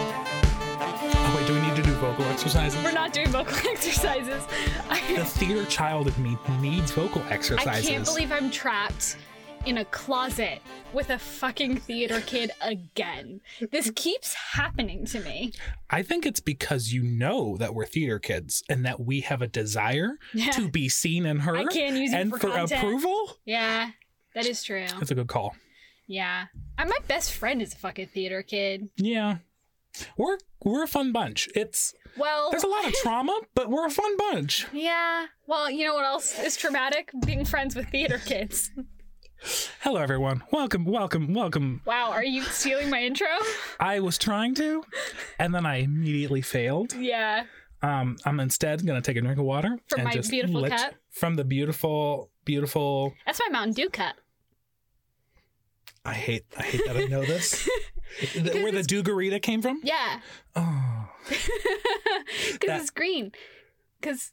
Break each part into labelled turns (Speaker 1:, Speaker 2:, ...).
Speaker 1: Oh, wait, do we need to do vocal exercises?
Speaker 2: We're not doing vocal exercises.
Speaker 1: The
Speaker 2: I,
Speaker 1: theater child in me needs vocal exercises.
Speaker 2: I can't believe I'm trapped in a closet with a fucking theater kid again. This keeps happening to me.
Speaker 1: I think it's because you know that we're theater kids and that we have a desire
Speaker 2: Yeah.
Speaker 1: to be seen and heard
Speaker 2: can use you
Speaker 1: and
Speaker 2: for
Speaker 1: for
Speaker 2: content.
Speaker 1: approval.
Speaker 2: Yeah, that is true.
Speaker 1: That's a good call.
Speaker 2: Yeah. And my best friend is a fucking theater kid.
Speaker 1: Yeah. We're we're a fun bunch. It's
Speaker 2: Well,
Speaker 1: there's a lot of trauma, but we're a fun bunch.
Speaker 2: yeah. Well, you know what else is traumatic? Being friends with theater kids.
Speaker 1: Hello everyone. Welcome, welcome, welcome.
Speaker 2: Wow, are you stealing my intro?
Speaker 1: I was trying to and then I immediately failed.
Speaker 2: Yeah.
Speaker 1: Um I'm instead going to take a drink of water
Speaker 2: From
Speaker 1: and
Speaker 2: my
Speaker 1: just
Speaker 2: beautiful
Speaker 1: let-
Speaker 2: cup?
Speaker 1: from the beautiful beautiful
Speaker 2: That's my Mountain Dew cup.
Speaker 1: I hate I hate that I know this. Th- Where the Dugarita came from?
Speaker 2: Yeah.
Speaker 1: Oh. That-
Speaker 2: Because it's green. Because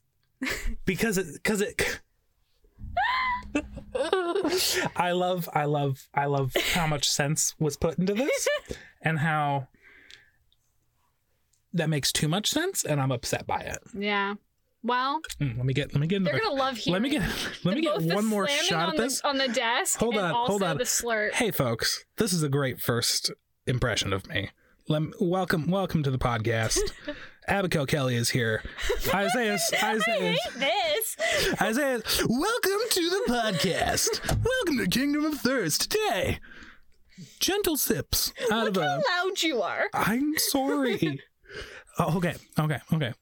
Speaker 1: because it because it I love I love I love how much sense was put into this and how that makes too much sense and I'm upset by it.
Speaker 2: yeah. Well,
Speaker 1: Mm, let me get let me get
Speaker 2: they're
Speaker 1: another
Speaker 2: gonna love hearing.
Speaker 1: let me get let me
Speaker 2: the-
Speaker 1: get
Speaker 2: both the
Speaker 1: one more
Speaker 2: slamming
Speaker 1: shot
Speaker 2: on
Speaker 1: at this.
Speaker 2: the, on the desk.
Speaker 1: Hold
Speaker 2: and
Speaker 1: on,
Speaker 2: also
Speaker 1: hold on.
Speaker 2: The slurp.
Speaker 1: Hey folks, this is a great first impression of me. Lem- welcome welcome to the podcast. Abigail Kelly is here. Isaiah Isaiah
Speaker 2: this.
Speaker 1: Isaiah, welcome to the podcast. welcome to Kingdom of Thirst. Today, gentle sips out of a.
Speaker 2: How loud you are.
Speaker 1: I'm sorry. oh, okay, okay, okay.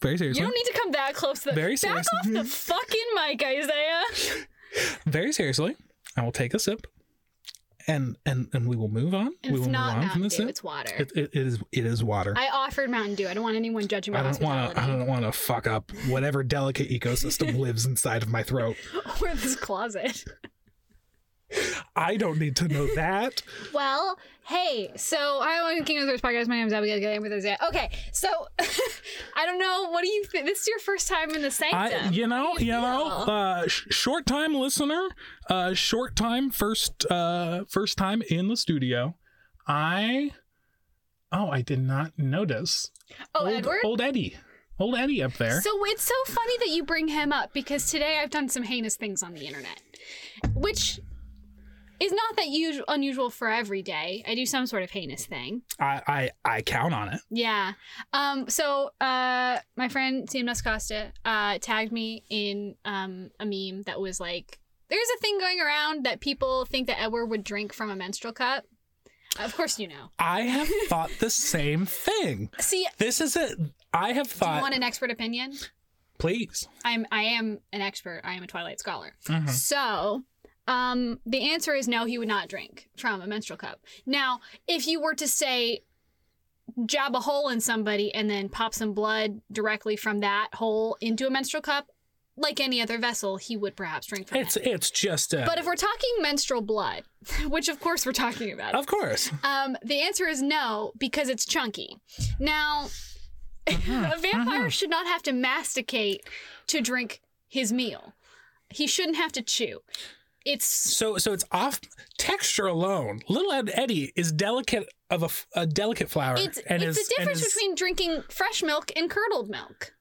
Speaker 1: Very
Speaker 2: You
Speaker 1: seriously.
Speaker 2: don't need to come that close. To the,
Speaker 1: Very
Speaker 2: back
Speaker 1: serious.
Speaker 2: off the fucking mic, Isaiah.
Speaker 1: Very seriously. I will take a sip, and and and we will move on. we
Speaker 2: It's
Speaker 1: will
Speaker 2: not
Speaker 1: move on from
Speaker 2: Mountain
Speaker 1: this
Speaker 2: Dew.
Speaker 1: sip.
Speaker 2: It's water.
Speaker 1: It, it, it is it is water.
Speaker 2: I offered Mountain Dew. I don't want anyone judging my
Speaker 1: I don't want to. I
Speaker 2: hospitality
Speaker 1: don't want to fuck up whatever delicate ecosystem lives inside of my throat.
Speaker 2: or this closet.
Speaker 1: I don't need to know that.
Speaker 2: Well, hey, so I own King of the Thirst podcast. My name is Abigail Gilliam with Isaiah. Okay, so I don't know. What do you think? This is your first time in the sanctum.
Speaker 1: I, you know,
Speaker 2: do
Speaker 1: you
Speaker 2: you
Speaker 1: know,
Speaker 2: feel?
Speaker 1: uh, sh- short time listener, uh, short time first, uh, first time in the studio. I, oh, I did not notice.
Speaker 2: oh,
Speaker 1: old,
Speaker 2: Edward.
Speaker 1: old Eddie, old Eddie up there.
Speaker 2: So it's so funny that you bring him up because today I've done some heinous things on the internet, which is not that usual, unusual for every day. I do some sort of heinous thing.
Speaker 1: I, I, I count on it.
Speaker 2: Yeah. Um, so uh, my friend CMS Costa uh, tagged me in um, a meme that was like, there's a thing going around that people think that Edward would drink from a menstrual cup. Of course, you know.
Speaker 1: I have thought the same thing.
Speaker 2: See,
Speaker 1: This is it. I have
Speaker 2: do you
Speaker 1: thought.
Speaker 2: want an expert opinion?
Speaker 1: please.
Speaker 2: I'm I am an expert. I am a Twilight scholar.
Speaker 1: Mhm.
Speaker 2: So, um, the answer is no. He would not drink from a menstrual cup. Now, if you were to say, jab a hole in somebody and then pop some blood directly from that hole into a menstrual cup, like any other vessel, he would perhaps drink from
Speaker 1: It's
Speaker 2: it.
Speaker 1: it's just a.
Speaker 2: But if we're talking menstrual blood, which of course we're talking about,
Speaker 1: of course.
Speaker 2: um, the answer is no because it's chunky. Now,
Speaker 1: Uh-huh.
Speaker 2: a vampire should not have to masticate to drink his meal. He shouldn't have to chew. It's
Speaker 1: So so it's off texture alone. Little Ed Eddie is delicate of a, f- a delicate flower.
Speaker 2: it's
Speaker 1: and
Speaker 2: it's
Speaker 1: is-
Speaker 2: the
Speaker 1: and
Speaker 2: difference
Speaker 1: is-
Speaker 2: between drinking fresh milk and curdled milk.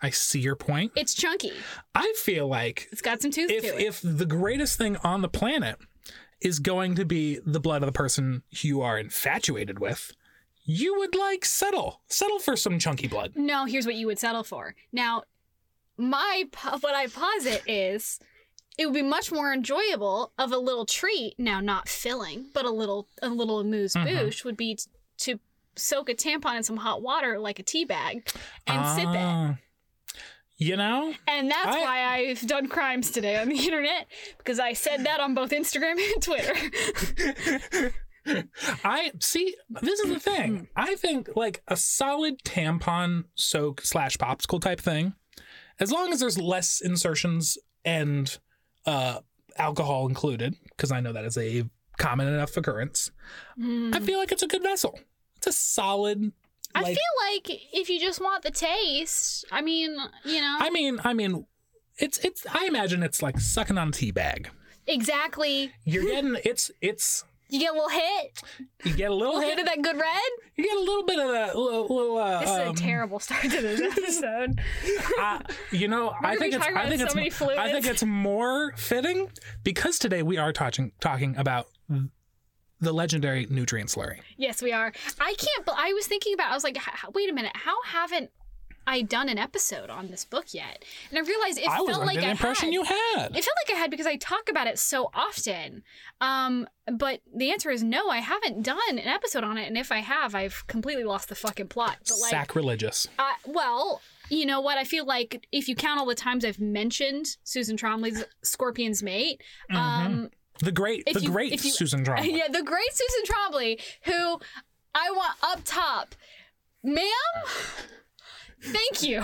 Speaker 1: I see your point.
Speaker 2: It's chunky.
Speaker 1: I feel like
Speaker 2: It's got some tooth
Speaker 1: if
Speaker 2: to it.
Speaker 1: if the greatest thing on the planet is going to be the blood of the person you are infatuated with, you would like settle settle for some chunky blood.
Speaker 2: no, here's what you would settle for. Now, my po- what I posit is it would be much more enjoyable of a little treat. Now, not filling, but a little a little amuse
Speaker 1: Mm-hmm.
Speaker 2: bouche would be t- to soak a tampon in some hot water like a tea bag and sip it.
Speaker 1: Ah. You know,
Speaker 2: And that's
Speaker 1: I-
Speaker 2: why I've done crimes today on the internet because I said that on both Instagram and Twitter.
Speaker 1: I see. This is the thing. I think like a solid tampon soak slash popsicle type thing, as long as there's less insertions and uh, alcohol included, because I know that is a common enough occurrence. Mm-hmm. I feel like it's a good vessel. It's a solid.
Speaker 2: I
Speaker 1: Like-
Speaker 2: feel like if you just want the taste, I mean, you know,
Speaker 1: I mean, I mean, it's it's. I imagine it's like sucking on a tea bag.
Speaker 2: exactly.
Speaker 1: You're getting it's it's.
Speaker 2: You get a little hit,
Speaker 1: You get a
Speaker 2: a
Speaker 1: little
Speaker 2: little hit
Speaker 1: hit.
Speaker 2: of that good red.
Speaker 1: You get a little bit of that little. little uh,
Speaker 2: This is a
Speaker 1: um,
Speaker 2: terrible start to this episode.
Speaker 1: I- you know, I
Speaker 2: gonna be
Speaker 1: think it's.
Speaker 2: talking
Speaker 1: I
Speaker 2: about
Speaker 1: think
Speaker 2: so
Speaker 1: it's.
Speaker 2: many
Speaker 1: mo- I think
Speaker 2: fluids.
Speaker 1: it's more fitting because today we are talking talking about the legendary nutrient slurry.
Speaker 2: yes, we are. I can't. bel I was thinking about. I was like, h- h- wait a minute. How haven't I done an episode on this book yet? And I realized it
Speaker 1: I was
Speaker 2: felt
Speaker 1: under
Speaker 2: like
Speaker 1: the
Speaker 2: I
Speaker 1: impression
Speaker 2: had.
Speaker 1: you had.
Speaker 2: It felt like I had because I talk about it so often. Um, but the answer is no, I haven't done an episode on it, and if I have, I've completely lost the fucking plot. But like,
Speaker 1: Sacrilegious.
Speaker 2: I, well, you know what? I feel like if you count all the times I've mentioned Susan Tromley's Scorpion's Mate,
Speaker 1: Mm-hmm.
Speaker 2: um,
Speaker 1: The great,
Speaker 2: if
Speaker 1: the
Speaker 2: you-
Speaker 1: great
Speaker 2: if you-
Speaker 1: Susan Drama.
Speaker 2: yeah, the great Susan Trombley, who I want up top, ma'am. Thank you,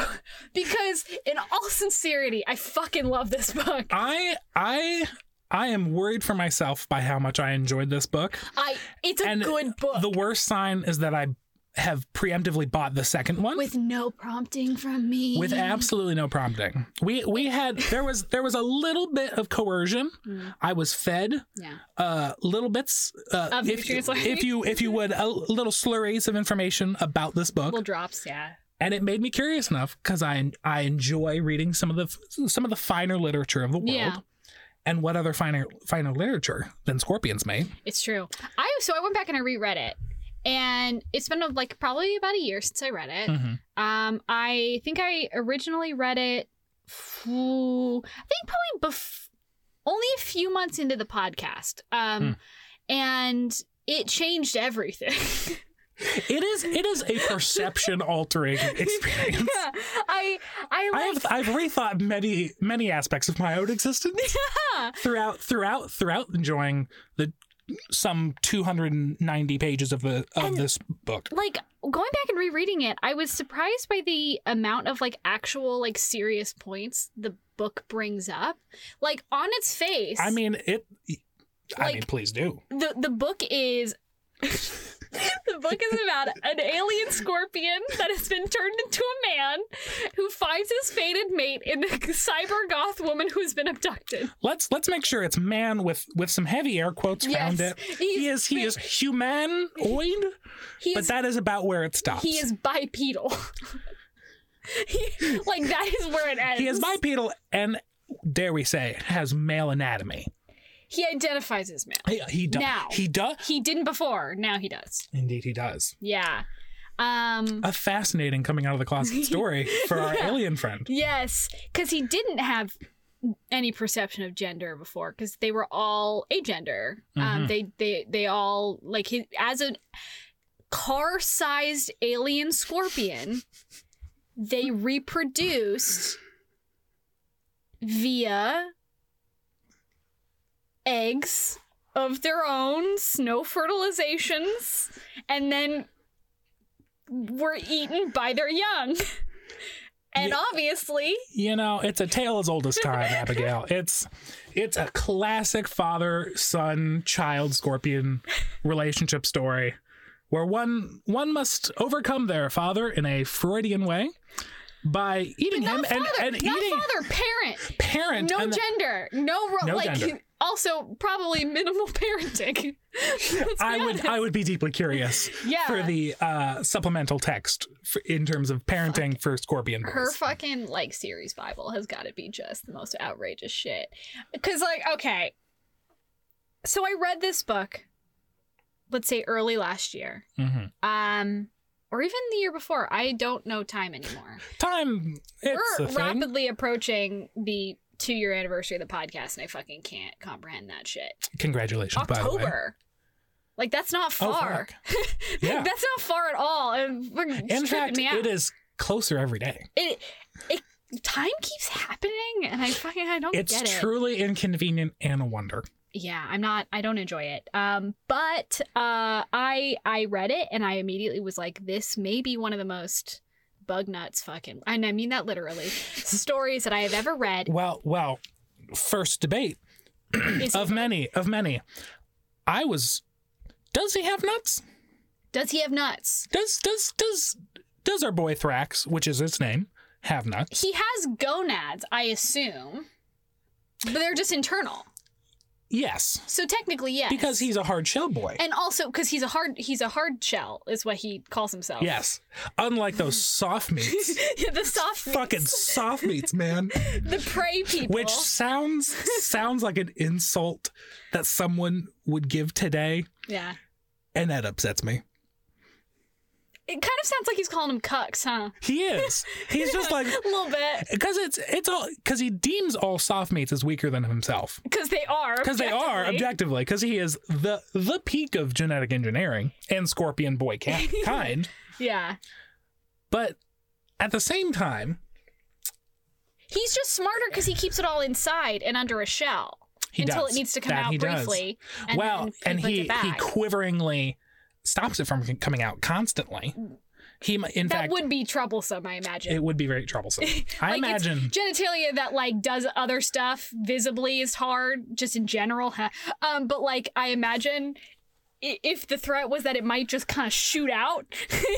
Speaker 2: because in all sincerity, I fucking love this book.
Speaker 1: I, I, I am worried for myself by how much I enjoyed this book.
Speaker 2: I it's a
Speaker 1: And
Speaker 2: good book.
Speaker 1: The worst sign is that I have preemptively bought the second one with,
Speaker 2: with E. no prompting from me.
Speaker 1: absolutely no prompting. We we had there was there was a little bit of coercion.
Speaker 2: Mm.
Speaker 1: I was fed
Speaker 2: Yeah.
Speaker 1: uh little bits uh,
Speaker 2: Of
Speaker 1: if, you,
Speaker 2: nutrients, like-
Speaker 1: if you if you would a little slurries of information about this book
Speaker 2: Little drops, yeah.
Speaker 1: and it made me curious enough cuz I I enjoy reading some of the some of the finer literature of the world.
Speaker 2: Yeah.
Speaker 1: And what other finer finer literature than Scorpions made?
Speaker 2: It's true. I so I went back and I reread it. And it's been like probably about a year since I read it.
Speaker 1: Mhm.
Speaker 2: Um I think I originally read it f- I think probably bef- only a few months into the podcast.
Speaker 1: Hmm.
Speaker 2: Um and it changed everything.
Speaker 1: It is it is a perception altering experience.
Speaker 2: I I
Speaker 1: I
Speaker 2: like
Speaker 1: have I've rethought many many aspects of my own existence throughout throughout throughout enjoying the some 290 pages of the of
Speaker 2: And-
Speaker 1: this book.
Speaker 2: like going back and rereading it, I was surprised by the amount of like actual like serious points the book brings up. Like on its face,
Speaker 1: I mean it. I mean,
Speaker 2: Like-
Speaker 1: please do.
Speaker 2: the the book is the book is about an alien scorpion that has been turned into a man who finds his fated mate in the cyber goth woman who's been abducted.
Speaker 1: Let's let's make sure it's man with with some heavy air quotes around
Speaker 2: Yes.
Speaker 1: it. He is he is humanoid,
Speaker 2: He
Speaker 1: but
Speaker 2: is,
Speaker 1: that is about where it stops.
Speaker 2: he is bipedal. he, like that is where it ends.
Speaker 1: he is bipedal and dare we say has male anatomy.
Speaker 2: He identifies as man.
Speaker 1: He, he does.
Speaker 2: Now.
Speaker 1: He does.
Speaker 2: He didn't before. Now he does.
Speaker 1: Indeed, he does.
Speaker 2: Yeah. Um.
Speaker 1: A fascinating coming out of the closet story for our
Speaker 2: Yeah.
Speaker 1: alien friend.
Speaker 2: Yes, because he didn't have any perception of gender before, because they were all agender. Um,
Speaker 1: Mhm.
Speaker 2: they they they all like he as a car-sized alien scorpion. They reproduced via eggs of their own, no fertilizations, and then were eaten by their young. And
Speaker 1: Yeah.
Speaker 2: obviously,
Speaker 1: You know, it's a tale as old as time, Abigail. It's it's a classic father son child scorpion relationship story where one one must overcome their father in a Freudian way by eating
Speaker 2: not
Speaker 1: him and,
Speaker 2: father,
Speaker 1: and
Speaker 2: not
Speaker 1: eating
Speaker 2: father, parent,
Speaker 1: parent
Speaker 2: no
Speaker 1: and the-
Speaker 2: gender, no, ro-
Speaker 1: No
Speaker 2: like
Speaker 1: gender.
Speaker 2: also probably minimal parenting. Let's be
Speaker 1: I would I
Speaker 2: honest.
Speaker 1: would be deeply curious
Speaker 2: yeah.
Speaker 1: for the uh, supplemental text for, in terms of parenting for scorpion boys.
Speaker 2: her fucking like series bible has got to be just the most outrageous shit because like okay so i read this book let's say early last year
Speaker 1: Mhm.
Speaker 2: um or even the year before i don't know time anymore
Speaker 1: Time it's
Speaker 2: we're
Speaker 1: a thing.
Speaker 2: rapidly approaching the two year anniversary of the podcast and i fucking can't comprehend that shit
Speaker 1: Congratulations, by the way.
Speaker 2: october like that's not
Speaker 1: Oh,
Speaker 2: far
Speaker 1: fuck. Yeah.
Speaker 2: that's not far at all and we're
Speaker 1: In fact,
Speaker 2: me out.
Speaker 1: it is closer every day.
Speaker 2: it it time keeps happening and I fucking I don't
Speaker 1: It's
Speaker 2: get it.
Speaker 1: truly inconvenient and a wonder.
Speaker 2: Yeah, I'm not I don't enjoy it. Um but uh I I read it and I immediately was like this may be one of the most bug nuts fucking and I mean that literally stories that I have ever read.
Speaker 1: Well, well, first debate
Speaker 2: Is
Speaker 1: of many, of many. I was. Does he have nuts?
Speaker 2: Does he have nuts?
Speaker 1: Does does does does our boy Thrax, which is its name, have nuts?
Speaker 2: He has gonads, I assume, but they're just internal.
Speaker 1: Yes,
Speaker 2: So technically, yes.
Speaker 1: because he's a hard shell boy.
Speaker 2: and also because he's a hard he's a hard shell is what he calls himself.
Speaker 1: Yes, unlike those soft meats,
Speaker 2: the soft meats,
Speaker 1: fucking soft meats, man.
Speaker 2: the prey people.
Speaker 1: Which sounds sounds like an insult that someone would give today,
Speaker 2: yeah,
Speaker 1: and that upsets me.
Speaker 2: it kind of sounds like he's calling them cucks, huh?
Speaker 1: He is. He's just like
Speaker 2: a little bit
Speaker 1: because it's it's all because he deems all soft meats as weaker than himself
Speaker 2: because they are
Speaker 1: because they are
Speaker 2: objectively.
Speaker 1: objectively because he is the the peak of genetic engineering and scorpion boy ca- kind.
Speaker 2: Yeah,
Speaker 1: But at the same time,
Speaker 2: he's just smarter because he keeps it all inside and under a shell
Speaker 1: he
Speaker 2: until
Speaker 1: does.
Speaker 2: it needs to come
Speaker 1: That
Speaker 2: out
Speaker 1: he does.
Speaker 2: briefly. And
Speaker 1: well,
Speaker 2: then
Speaker 1: and
Speaker 2: puts
Speaker 1: he
Speaker 2: it back.
Speaker 1: he quiveringly stops it from c- coming out constantly. He mi- in
Speaker 2: that
Speaker 1: fact
Speaker 2: would be troublesome, I imagine.
Speaker 1: it would be very troublesome. I
Speaker 2: Like, it's
Speaker 1: imagine
Speaker 2: genitalia that like does other stuff visibly is hard just in general huh? um but like i imagine i- if the threat was that it might just kind of shoot out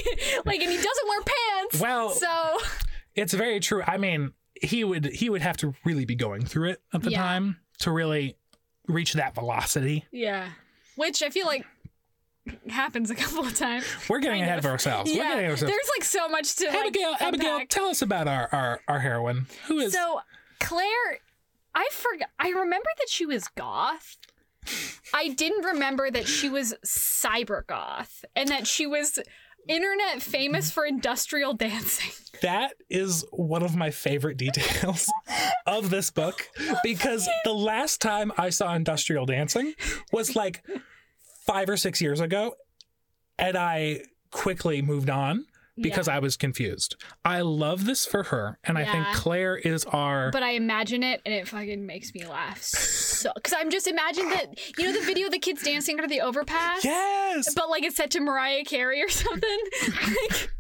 Speaker 2: like and he doesn't wear pants
Speaker 1: Well-
Speaker 2: so
Speaker 1: it's very true. I mean, he would he would have to really be going through it at the
Speaker 2: Yeah.
Speaker 1: time to really reach that velocity.
Speaker 2: yeah which i feel like happens a couple of times
Speaker 1: We're getting
Speaker 2: Kind
Speaker 1: ahead of,
Speaker 2: of.
Speaker 1: ourselves. We're
Speaker 2: yeah
Speaker 1: getting ahead of
Speaker 2: there's
Speaker 1: ourselves.
Speaker 2: like so much to like,
Speaker 1: Abigail, Abigail,
Speaker 2: unpack.
Speaker 1: tell us about our our, our heroine. Who is
Speaker 2: So Claire, I forgot. I remember that she was goth. I didn't remember that she was cyber goth and that she was internet famous for industrial dancing.
Speaker 1: that is one of my favorite details of this book because the last time I saw industrial dancing was like 5 or 6 years ago and I quickly moved on because I was confused. I love this for her and I think
Speaker 2: Yeah.
Speaker 1: Claire is our
Speaker 2: But I imagine it and it fucking makes me laugh. So, because I'm just imagine that, you know, the video of the kids dancing under the overpass?
Speaker 1: Yes.
Speaker 2: But like it's set to Mariah Carey or something. like,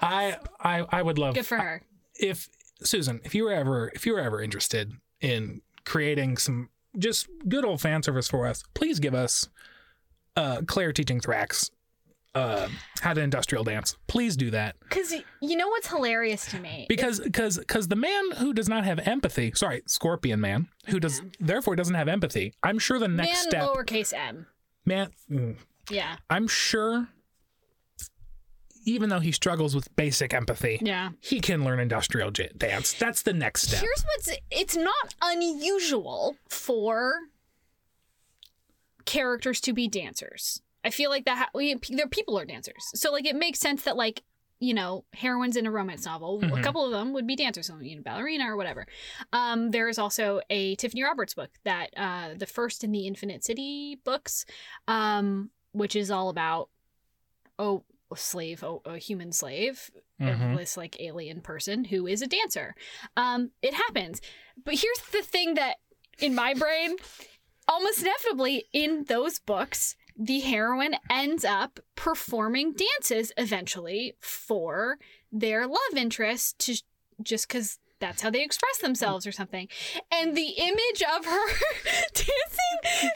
Speaker 1: I I I would love
Speaker 2: good for her.
Speaker 1: if Susan, if you were ever if you were ever interested in creating some just good old fan service for us, please give us uh Claire teaching Thrax uh how to industrial dance. Please do that.
Speaker 2: Because you know what's hilarious to me?
Speaker 1: Because cuz cuz the man who does not have empathy, sorry, Scorpion man, who does therefore doesn't have empathy. I'm sure the next
Speaker 2: Man,
Speaker 1: step
Speaker 2: lowercase m.
Speaker 1: man mm,
Speaker 2: Yeah.
Speaker 1: I'm sure even though he struggles with basic empathy,
Speaker 2: Yeah.
Speaker 1: he can learn industrial j- dance. That's the next step.
Speaker 2: Here's what's it's not unusual for characters to be dancers. I feel like that ha- we, their people are dancers. So like it makes sense that like you know heroines in a romance novel, a
Speaker 1: Mhm.
Speaker 2: couple of them would be dancers, some you know, ballerina or whatever. Um, there is also a Tiffany Roberts book that uh, the first in the Infinite City books, um, which is all about oh a slave, oh, a human slave
Speaker 1: Mhm.
Speaker 2: of this like alien person who is a dancer. Um, it happens. But here's the thing that in my brain, almost inevitably in those books, the heroine ends up performing dances eventually for their love interest to just because that's how they express themselves or something. And the image of her dancing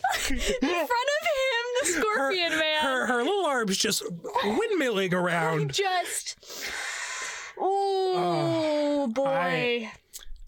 Speaker 2: in front of him, the scorpion man.
Speaker 1: her her little arms just windmilling around
Speaker 2: Just. Ooh, boy.
Speaker 1: Oh, I-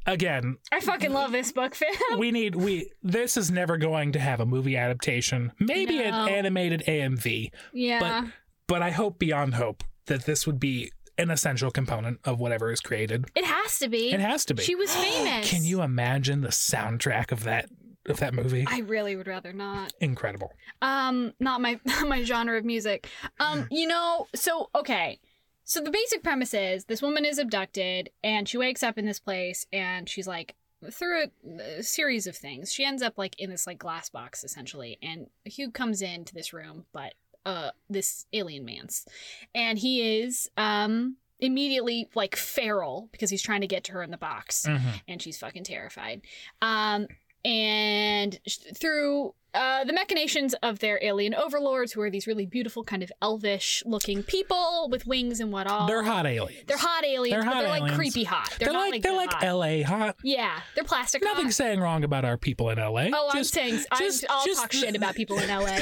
Speaker 2: I,
Speaker 1: again
Speaker 2: fucking love this book, fam.
Speaker 1: we need we this is never going to have a movie adaptation maybe
Speaker 2: No.
Speaker 1: an animated amv
Speaker 2: Yeah.
Speaker 1: but i hope beyond hope that this would be an essential component of whatever is created
Speaker 2: it has to be.
Speaker 1: it has to be
Speaker 2: She was famous.
Speaker 1: can you imagine the soundtrack of that of that movie
Speaker 2: I really would rather not.
Speaker 1: incredible
Speaker 2: Um, not my not my genre of music. Um, you know, so okay. So the basic premise is this woman is abducted and she wakes up in this place and she's like through a, a series of things. She ends up like in this like glass box essentially and Hugh comes into this room but uh this alien man's and he is um immediately like feral because he's trying to get to her in the box
Speaker 1: Mhm.
Speaker 2: and she's fucking terrified. Um, and sh- through uh, the machinations of their alien overlords, who are these really beautiful, kind of elvish looking people with wings and what all.
Speaker 1: they're hot aliens
Speaker 2: They're hot aliens,
Speaker 1: They're
Speaker 2: but
Speaker 1: hot
Speaker 2: they're like
Speaker 1: aliens.
Speaker 2: creepy hot. They're,
Speaker 1: They're
Speaker 2: not
Speaker 1: like,
Speaker 2: like
Speaker 1: they're
Speaker 2: the
Speaker 1: like
Speaker 2: hot.
Speaker 1: la hot
Speaker 2: yeah, they're plastic
Speaker 1: nothing
Speaker 2: hot.
Speaker 1: saying wrong about our people in la
Speaker 2: Oh, I'm
Speaker 1: Just-
Speaker 2: saying
Speaker 1: just-
Speaker 2: I, will
Speaker 1: just-
Speaker 2: talk shit about people in LA.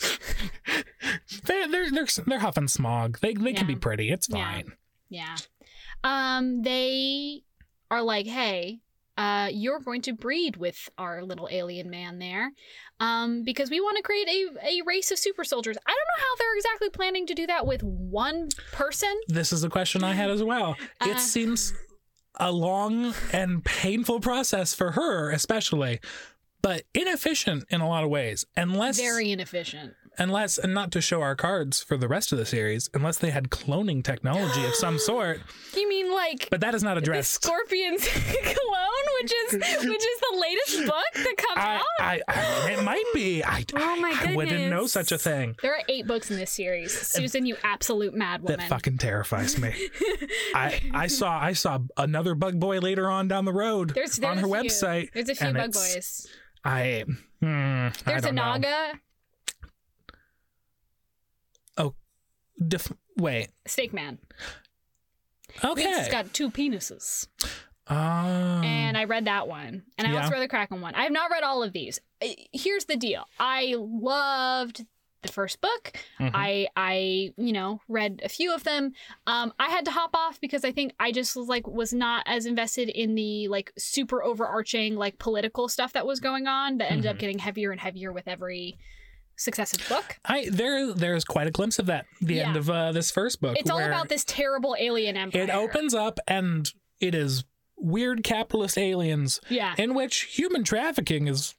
Speaker 1: they're, they're they're they're huffing smog. They they can be
Speaker 2: Yeah.
Speaker 1: pretty. It's
Speaker 2: Yeah.
Speaker 1: fine.
Speaker 2: Yeah. Um, they are like, hey, uh, you're going to breed with our little alien man there, um, because we want to create a, a race of super soldiers. I don't know how they're exactly planning to do that with one person.
Speaker 1: This is a question I had as well.
Speaker 2: Uh.
Speaker 1: it seems a long and painful process for her, especially, but inefficient in a lot of ways. Unless
Speaker 2: Very inefficient.
Speaker 1: unless and not to show our cards for the rest of the series, unless they had cloning technology of some sort.
Speaker 2: You mean like
Speaker 1: But that is not
Speaker 2: the
Speaker 1: addressed.
Speaker 2: Scorpion's clone, which is which is the latest book that comes
Speaker 1: I,
Speaker 2: out?
Speaker 1: I, I it might be. I,
Speaker 2: Oh my
Speaker 1: I wouldn't know
Speaker 2: goodness.
Speaker 1: such a thing.
Speaker 2: There are eight books in this series. Susan, you absolute mad woman.
Speaker 1: That fucking terrifies me. I I saw I saw another bug boy later on down the road
Speaker 2: There's, there's
Speaker 1: on her
Speaker 2: a few.
Speaker 1: website.
Speaker 2: There's a few
Speaker 1: and
Speaker 2: bug
Speaker 1: it's-
Speaker 2: boys.
Speaker 1: I hmm, I
Speaker 2: There's a
Speaker 1: don't know.
Speaker 2: Naga.
Speaker 1: Def- wait.
Speaker 2: Snake Man. He's
Speaker 1: Okay.
Speaker 2: got two penises.
Speaker 1: Um,
Speaker 2: and I read that one. And I
Speaker 1: Yeah.
Speaker 2: also read the Kraken one. I have not read all of these. Uh, Here's the deal. I loved the first book.
Speaker 1: mhm.
Speaker 2: I I, you know, read a few of them. Um I had to hop off because I think I just was like was not as invested in the like super overarching like political stuff that was going on that ended up
Speaker 1: Mhm.
Speaker 2: getting heavier and heavier with every successive book.
Speaker 1: I there there's quite a glimpse of that the
Speaker 2: Yeah.
Speaker 1: end of uh, this first book.
Speaker 2: It's all
Speaker 1: where
Speaker 2: about this terrible alien empire.
Speaker 1: It opens up and it is weird capitalist aliens
Speaker 2: Yeah.
Speaker 1: in which human trafficking is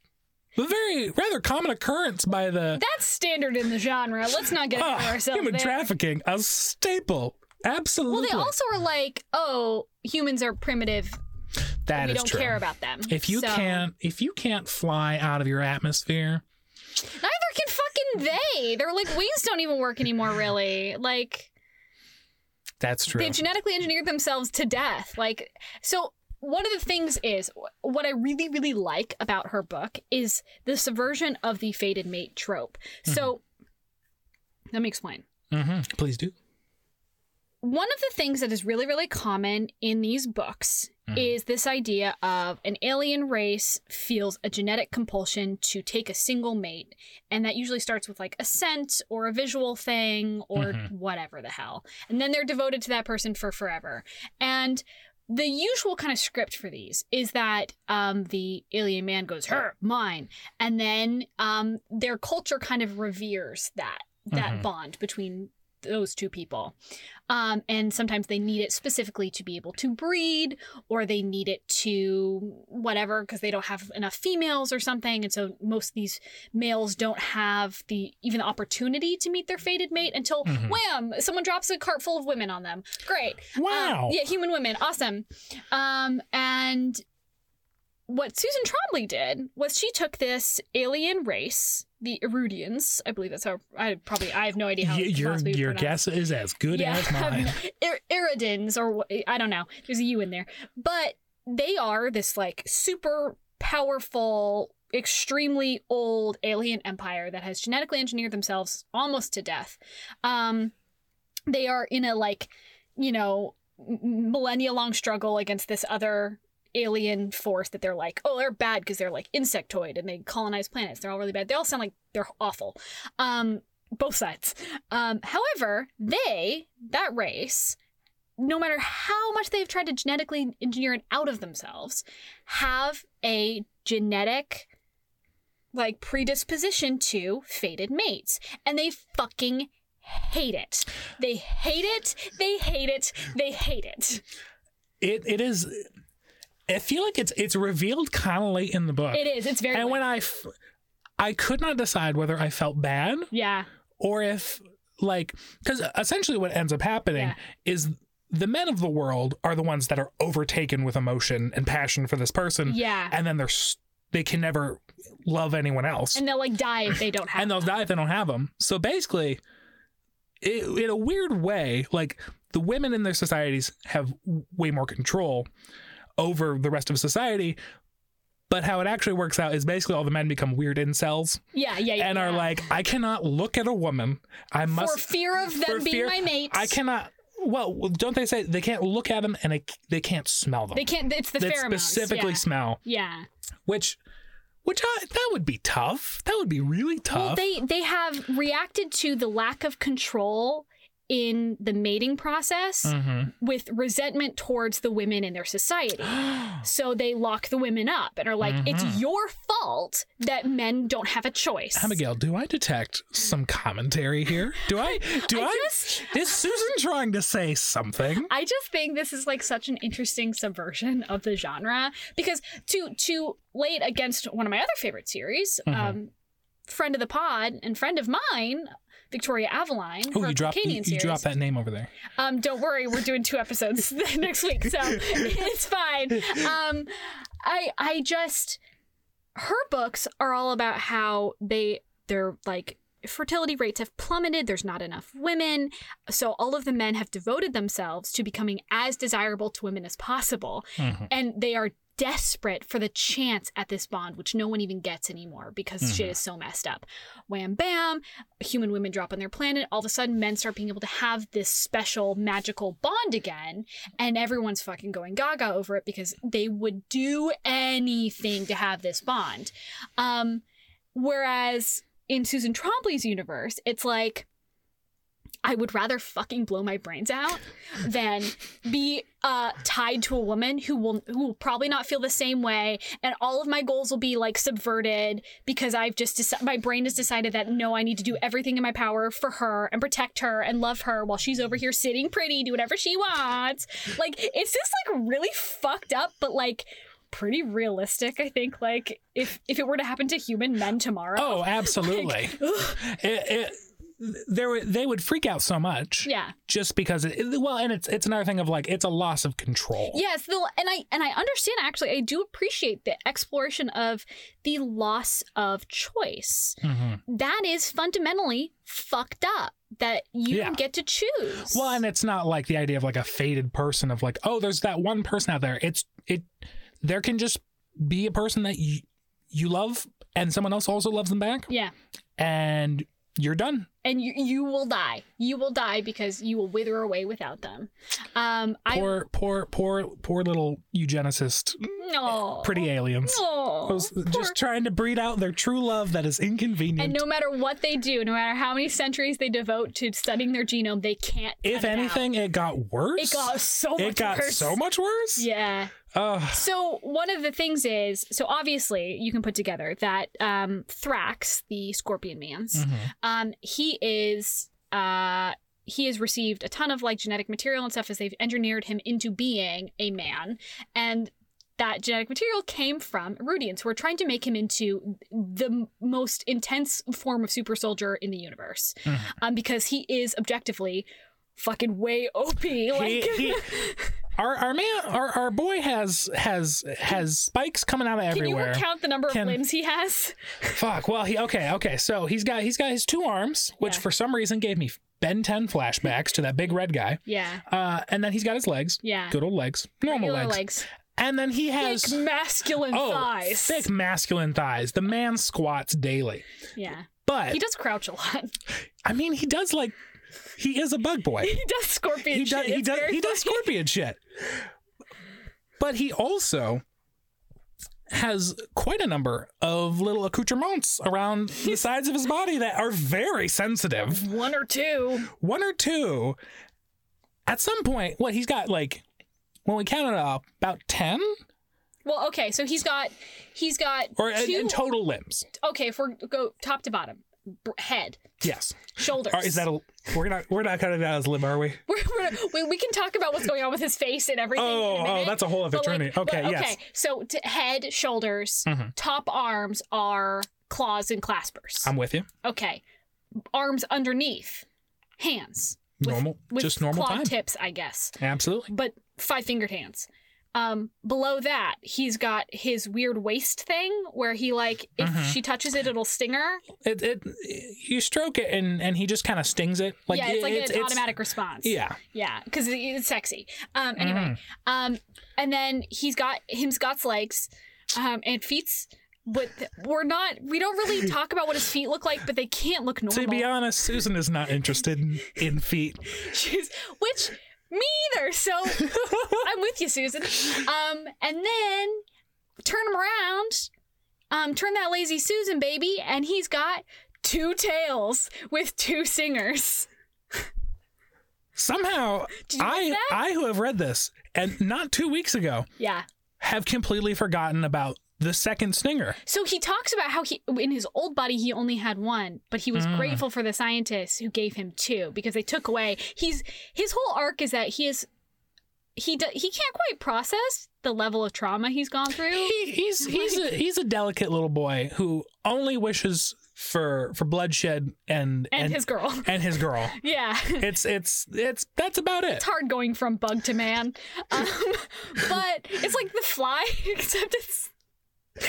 Speaker 1: a very rather common occurrence by the
Speaker 2: That's standard in the genre. Let's not get ahead
Speaker 1: Ah,
Speaker 2: of ourselves.
Speaker 1: human
Speaker 2: there.
Speaker 1: trafficking a staple.
Speaker 2: Well,
Speaker 1: Absolutely,
Speaker 2: they also are like, oh, humans are primitive.
Speaker 1: that
Speaker 2: we
Speaker 1: is
Speaker 2: don't
Speaker 1: true.
Speaker 2: care about them.
Speaker 1: if you
Speaker 2: So-
Speaker 1: can't if you can't fly out of your atmosphere,
Speaker 2: neither can fucking they. They're like wings don't even work anymore. Really, like
Speaker 1: that's true.
Speaker 2: they've genetically engineered themselves to death. Like so. One of the things is what I really, really like about her book is the subversion of the fated mate trope.
Speaker 1: Mm-hmm.
Speaker 2: So, let me explain.
Speaker 1: hmm Please
Speaker 2: Um,
Speaker 1: do.
Speaker 2: one of the things that is really really common in these books
Speaker 1: Mhm.
Speaker 2: is this idea of an alien race feels a genetic compulsion to take a single mate and that usually starts with like a scent or a visual thing or
Speaker 1: Mhm.
Speaker 2: whatever the hell and then they're devoted to that person for forever and the usual kind of script for these is that um, the alien man goes her mine and then um, their culture kind of reveres that that
Speaker 1: Mhm.
Speaker 2: bond between those two people um, and sometimes they need it specifically to be able to breed or they need it to whatever because they don't have enough females or something and so most of these males don't have the even the opportunity to meet their fated mate until
Speaker 1: Mhm.
Speaker 2: wham someone drops a cart full of women on them great um,
Speaker 1: Wow.
Speaker 2: yeah, human women. Awesome. Um, and what Susan Trombley did was she took this alien race, the Erudians, I believe that's how I probably I have no idea how
Speaker 1: Y-
Speaker 2: it's
Speaker 1: your
Speaker 2: possibly
Speaker 1: your
Speaker 2: pronounced.
Speaker 1: guess is as good
Speaker 2: Yeah.
Speaker 1: as mine.
Speaker 2: Ir- Iridans or wha- I don't know. There's a U in there, but they are this like super powerful, extremely old alien empire that has genetically engineered themselves almost to death. Um, they are in a like, you know, millennia long struggle against this other alien force that they're like, oh, they're bad because they're like insectoid and they colonize planets. They're all really bad. They all sound like they're awful. Um, both sides. Um, however, they, that race, no matter how much they've tried to genetically engineer it out of themselves, have a genetic like predisposition to fated mates. And they fucking hate it. They hate it. They hate it. They hate it.
Speaker 1: It it is. I feel like it's it's revealed kind of late in the book.
Speaker 2: It is. It's very
Speaker 1: and when I, f- I could not decide whether I felt bad
Speaker 2: Yeah.
Speaker 1: or if like because essentially what ends up happening
Speaker 2: Yeah.
Speaker 1: is the men of the world are the ones that are overtaken with emotion and passion for this person,
Speaker 2: Yeah.
Speaker 1: and then they're s- they can never love anyone else,
Speaker 2: And they'll like die if they don't have
Speaker 1: and they'll die if they don't have them. So basically, it, in a weird way, like the women in their societies have w- way more control over the rest of society. But how it actually works out is basically all the men become weird incels
Speaker 2: Yeah, yeah, yeah.
Speaker 1: and are
Speaker 2: yeah.
Speaker 1: like, I cannot look at a woman. I
Speaker 2: for
Speaker 1: must.
Speaker 2: fear of
Speaker 1: for
Speaker 2: them being
Speaker 1: fear-
Speaker 2: my mates.
Speaker 1: I cannot. Well, don't they say they can't look at them and they, they can't smell them?
Speaker 2: They can't. It's the
Speaker 1: They
Speaker 2: pheromones.
Speaker 1: specifically
Speaker 2: Yeah.
Speaker 1: smell,
Speaker 2: yeah.
Speaker 1: which Which I, that would be tough. That would be really
Speaker 2: Well,
Speaker 1: tough.
Speaker 2: they they have reacted to the lack of control in the mating process
Speaker 1: Mhm.
Speaker 2: with resentment towards the women in their society. So they lock the women up and are like,
Speaker 1: Mm-hmm.
Speaker 2: it's your fault that men don't have a choice.
Speaker 1: Abigail, do I detect some commentary here? Do I? Do I?
Speaker 2: I just
Speaker 1: Is Susan trying to say something?
Speaker 2: I just think this is like such an interesting subversion of the genre because to to lay it against one of my other favorite series,
Speaker 1: Mhm.
Speaker 2: um, friend of the pod and friend of mine, Victoria Aveline.
Speaker 1: Oh,
Speaker 2: her
Speaker 1: you dropped you,
Speaker 2: Acadian
Speaker 1: you
Speaker 2: series.
Speaker 1: dropped that name over there.
Speaker 2: Um, don't worry, we're doing two episodes next week, so it's fine. Um, I I just her books are all about how they they're like fertility rates have plummeted. There's not enough women, so all of the men have devoted themselves to becoming as desirable to women as possible,
Speaker 1: Mhm.
Speaker 2: and they are desperate for the chance at this bond which no one even gets anymore because shit is so messed up wham bam human women drop on their planet all of a sudden men start being able to have this special magical bond again and everyone's fucking going gaga over it because they would do anything to have this bond um whereas in susan trombley's universe it's like I would rather fucking blow my brains out than be uh, tied to a woman who will who will probably not feel the same way, and all of my goals will be like subverted because I've just deci- my brain has decided that no, I need to do everything in my power for her and protect her and love her while she's over here sitting pretty, do whatever she wants. Like it's just like really fucked up, but like pretty realistic. I think like if if it were to happen to human men tomorrow,
Speaker 1: Oh, absolutely. it, it, there, were- they would freak out so much
Speaker 2: yeah.
Speaker 1: just because. It, well, and it's it's another thing of like it's a loss of control.
Speaker 2: Yes, the, and I and I understand actually. I do appreciate the exploration of the loss of choice.
Speaker 1: Mhm.
Speaker 2: That is fundamentally fucked up. That you
Speaker 1: Yeah.
Speaker 2: don't get to choose.
Speaker 1: Well, and it's not like the idea of like a faded person of like oh, there's that one person out there. It's it. There can just be a person that you you love and someone else also loves them back,
Speaker 2: yeah,
Speaker 1: and you're done.
Speaker 2: and you you will die. You will die because you will wither away without them. Um, I
Speaker 1: Poor, poor, poor, poor little eugenicist,
Speaker 2: no
Speaker 1: pretty aliens.
Speaker 2: no
Speaker 1: Those-
Speaker 2: poor-
Speaker 1: just trying to breed out their true love that is inconvenient.
Speaker 2: and no matter what they do, no matter how many centuries they devote to studying their genome, they can't.
Speaker 1: if
Speaker 2: cut it out.
Speaker 1: anything, it got worse.
Speaker 2: it got so much
Speaker 1: It got
Speaker 2: worse.
Speaker 1: so much worse.
Speaker 2: Yeah.
Speaker 1: Ugh.
Speaker 2: So one of the things is so obviously you can put together that um, Thrax, the Scorpion Man's,
Speaker 1: Mhm.
Speaker 2: um, he is uh, he has received a ton of like genetic material and stuff as they've engineered him into being a man, and that genetic material came from Erudians who are trying to make him into the m- most intense form of super soldier in the universe,
Speaker 1: Mhm.
Speaker 2: um, because he is objectively fucking way op. Like
Speaker 1: He- he- our our man our, our boy has has has spikes coming out of
Speaker 2: Can you
Speaker 1: everywhere.
Speaker 2: recount the number of
Speaker 1: Can-
Speaker 2: limbs he has?
Speaker 1: Fuck. Well, he okay okay. So he's got he's got his two arms, which
Speaker 2: Yeah.
Speaker 1: for some reason gave me Ben Ten flashbacks to that big red guy.
Speaker 2: Yeah,
Speaker 1: Uh, and then he's got his legs,
Speaker 2: yeah.
Speaker 1: good old legs, normal
Speaker 2: Regular
Speaker 1: legs. And then he has
Speaker 2: Thick masculine
Speaker 1: oh
Speaker 2: thighs.
Speaker 1: thick masculine thighs. The man squats daily,
Speaker 2: Yeah.
Speaker 1: but
Speaker 2: He does crouch a lot.
Speaker 1: I mean he does like he is a bug boy.
Speaker 2: he does scorpion
Speaker 1: he
Speaker 2: shit.
Speaker 1: does he
Speaker 2: It's
Speaker 1: does
Speaker 2: very
Speaker 1: he does
Speaker 2: funny.
Speaker 1: scorpion shit. But he also has quite a number of little accoutrements around the sides of his body that are very sensitive.
Speaker 2: One or two.
Speaker 1: One or two. At some point, what he's got like when we counted up, about ten
Speaker 2: Well, okay, so he's got he's got
Speaker 1: or uh, in-
Speaker 2: two
Speaker 1: in total limbs.
Speaker 2: Okay, if we're go top to bottom. Br- Head,
Speaker 1: Yes.
Speaker 2: shoulders.
Speaker 1: Or is that a we're not we're not cutting that as limb, are we?
Speaker 2: we're, we're, we, we can talk about what's going on with his face and everything.
Speaker 1: Oh,
Speaker 2: in a minute,
Speaker 1: oh, that's a whole other
Speaker 2: but, like,
Speaker 1: journey.
Speaker 2: but,
Speaker 1: okay, yes.
Speaker 2: So t- head, shoulders,
Speaker 1: Mhm.
Speaker 2: top arms are claws and claspers.
Speaker 1: I'm with you.
Speaker 2: okay, arms underneath, hands. With-
Speaker 1: Normal.
Speaker 2: with
Speaker 1: just normal
Speaker 2: claw
Speaker 1: time.
Speaker 2: tips, I guess,
Speaker 1: Absolutely.
Speaker 2: but five fingered hands. Um, below that, he's got his weird waist thing where he like if
Speaker 1: Mhm.
Speaker 2: she touches it, it'll sting her.
Speaker 1: it, it you stroke it and and he just kind of stings it like
Speaker 2: yeah, it's like
Speaker 1: it's,
Speaker 2: an
Speaker 1: it's-
Speaker 2: automatic response.
Speaker 1: yeah Mm-hmm.
Speaker 2: yeah, because it's sexy. Um, anyway, um, and then he's got him's got legs, um, and feet. But th- we're not. We don't really talk about what his feet look like, but they can't look normal.
Speaker 1: to be honest susan is not interested in, in feet
Speaker 2: She's- which me either. So I'm with you, Susan. Um, and then turn him around. um, Turn That Lazy Susan, baby. And he's got two tails with two singers.
Speaker 1: Somehow,
Speaker 2: Did you
Speaker 1: I
Speaker 2: miss that?
Speaker 1: I who have read this and not two weeks ago
Speaker 2: Yeah.
Speaker 1: have completely forgotten about the second stinger.
Speaker 2: So he talks about how he, in his old body, he only had one, but he was
Speaker 1: Mm.
Speaker 2: grateful for the scientists who gave him two because they took away. He's his whole arc is that he is he do, he can't quite process the level of trauma he's gone through.
Speaker 1: He, he's he's a, he's a delicate little boy who only wishes for for bloodshed and
Speaker 2: And, his girl.
Speaker 1: and his girl.
Speaker 2: yeah.
Speaker 1: It's it's it's that's about it.
Speaker 2: It's hard going from bug to man. Um, but it's like the fly, except it's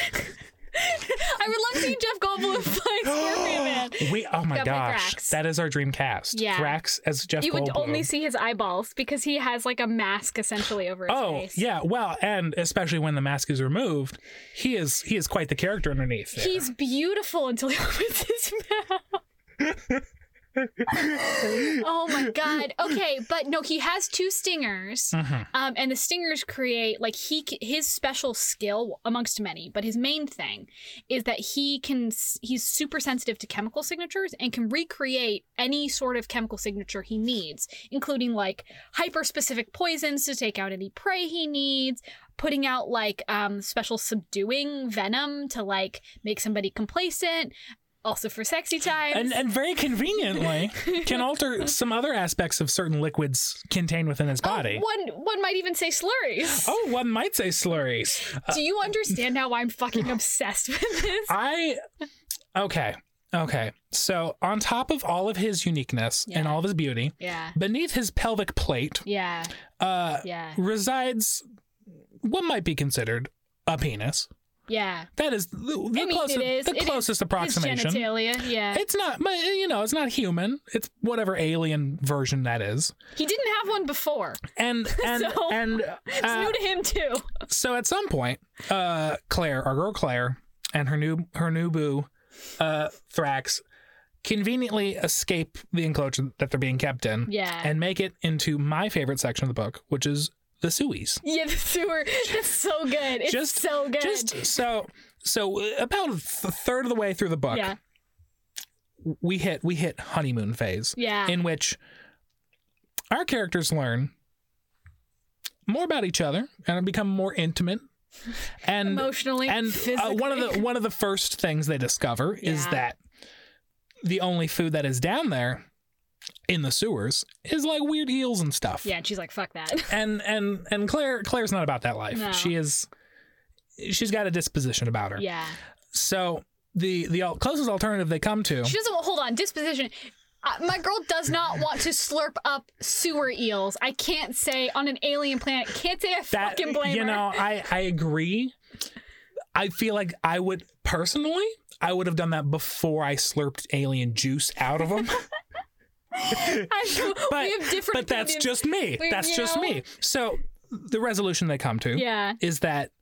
Speaker 2: I would love to see Jeff Goldblum fly Scorpion Man.
Speaker 1: we oh my
Speaker 2: Got my
Speaker 1: gosh,
Speaker 2: Thrax.
Speaker 1: that is our dream cast.
Speaker 2: Yeah.
Speaker 1: Thrax as Jeff
Speaker 2: You would
Speaker 1: Goldblum.
Speaker 2: only see his eyeballs because he has like a mask essentially over his
Speaker 1: Oh
Speaker 2: face.
Speaker 1: yeah, well, and especially when the mask is removed, he is he is quite the character underneath. there.
Speaker 2: He's beautiful until he opens his mouth. oh my god. Okay, but no, he has two stingers.
Speaker 1: Mhm.
Speaker 2: Um, and the stingers create like he c- his special skill amongst many, but his main thing is that he can s- he's super sensitive to chemical signatures and can recreate any sort of chemical signature he needs, including like hyper specific poisons to take out any prey he needs, putting out like um, special subduing venom to like make somebody complacent, also for sexy times.
Speaker 1: and and very conveniently can alter some other aspects of certain liquids contained within
Speaker 2: Oh,
Speaker 1: his body.
Speaker 2: One one might even say slurries.
Speaker 1: Oh, uh, one might say slurries.
Speaker 2: Do you understand how I'm fucking obsessed with this?
Speaker 1: I okay, okay. So on top of all of his uniqueness and
Speaker 2: Yeah.
Speaker 1: all of his beauty,
Speaker 2: Yeah.
Speaker 1: beneath his pelvic plate
Speaker 2: Yeah.
Speaker 1: uh,
Speaker 2: Yeah.
Speaker 1: resides what might be considered a penis.
Speaker 2: Yeah.
Speaker 1: That is the, the
Speaker 2: mean, it
Speaker 1: closest,
Speaker 2: is-
Speaker 1: the
Speaker 2: it is-
Speaker 1: closest
Speaker 2: His
Speaker 1: approximation.
Speaker 2: genitalia. Yeah.
Speaker 1: It's not, but, you know, it's not human. It's whatever alien version that is.
Speaker 2: He didn't have one before.
Speaker 1: And and
Speaker 2: So,
Speaker 1: and
Speaker 2: It's
Speaker 1: uh,
Speaker 2: new to him too.
Speaker 1: so at some point, uh, Claire, our girl Claire, and her new her new boo, uh, Thrax, conveniently escape the enclosure that they're being kept in,
Speaker 2: Yeah.
Speaker 1: and make it into my favorite section of the book, which is the Sueys.
Speaker 2: yeah, the sewer. That's so good. It's
Speaker 1: Just-
Speaker 2: so good.
Speaker 1: Just so so uh, about a th- third of the way through the book,
Speaker 2: yeah.
Speaker 1: we hit we hit honeymoon phase,
Speaker 2: Yeah.
Speaker 1: in which our characters learn more about each other and become more intimate. And
Speaker 2: Emotionally.
Speaker 1: and uh,
Speaker 2: physically.
Speaker 1: one of the one of the first things they discover is
Speaker 2: Yeah.
Speaker 1: that the only food that is down there in the sewers is like weird eels and stuff.
Speaker 2: Yeah, and she's like, fuck that.
Speaker 1: And and and Claire Claire's not about that life.
Speaker 2: No.
Speaker 1: She is she's got a disposition about her.
Speaker 2: Yeah.
Speaker 1: So the the al- closest alternative they come to
Speaker 2: She doesn't want, hold on, disposition. Uh, my girl does not want to slurp up sewer eels. I can't say on an alien planet. Can't say I
Speaker 1: that
Speaker 2: fucking blame
Speaker 1: you
Speaker 2: her.
Speaker 1: know, I I agree. I feel like I would personally I would have done that before I slurped alien juice out of them.
Speaker 2: I,
Speaker 1: but,
Speaker 2: we have different
Speaker 1: but that's
Speaker 2: opinions.
Speaker 1: just me.
Speaker 2: We-
Speaker 1: that's
Speaker 2: you
Speaker 1: just
Speaker 2: know?
Speaker 1: me. So the resolution they come to
Speaker 2: Yeah.
Speaker 1: is that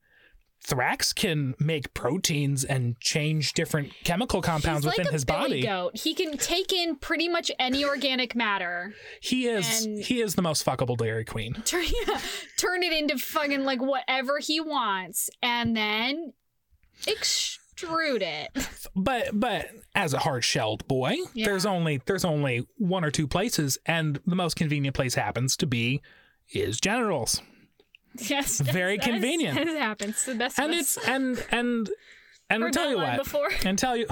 Speaker 1: Thrax can make proteins and change different chemical compounds
Speaker 2: He's like
Speaker 1: within
Speaker 2: a
Speaker 1: his
Speaker 2: billy
Speaker 1: body.
Speaker 2: Goat. He can take in pretty much any organic matter,
Speaker 1: He is
Speaker 2: And-
Speaker 1: he is the most fuckable Dairy Queen.
Speaker 2: turn, yeah, turn it into fucking like whatever he wants, and then extrude it.
Speaker 1: But but as a hard shelled boy,
Speaker 2: Yeah.
Speaker 1: there's only there's only one or two places, and the most convenient place happens to be his genitals.
Speaker 2: Yes,
Speaker 1: Very
Speaker 2: as- as-
Speaker 1: convenient.
Speaker 2: As, it happens to the best
Speaker 1: And
Speaker 2: of
Speaker 1: it's and and and
Speaker 2: Heard
Speaker 1: I'll tell
Speaker 2: that
Speaker 1: you
Speaker 2: line
Speaker 1: what.
Speaker 2: before.
Speaker 1: And tell you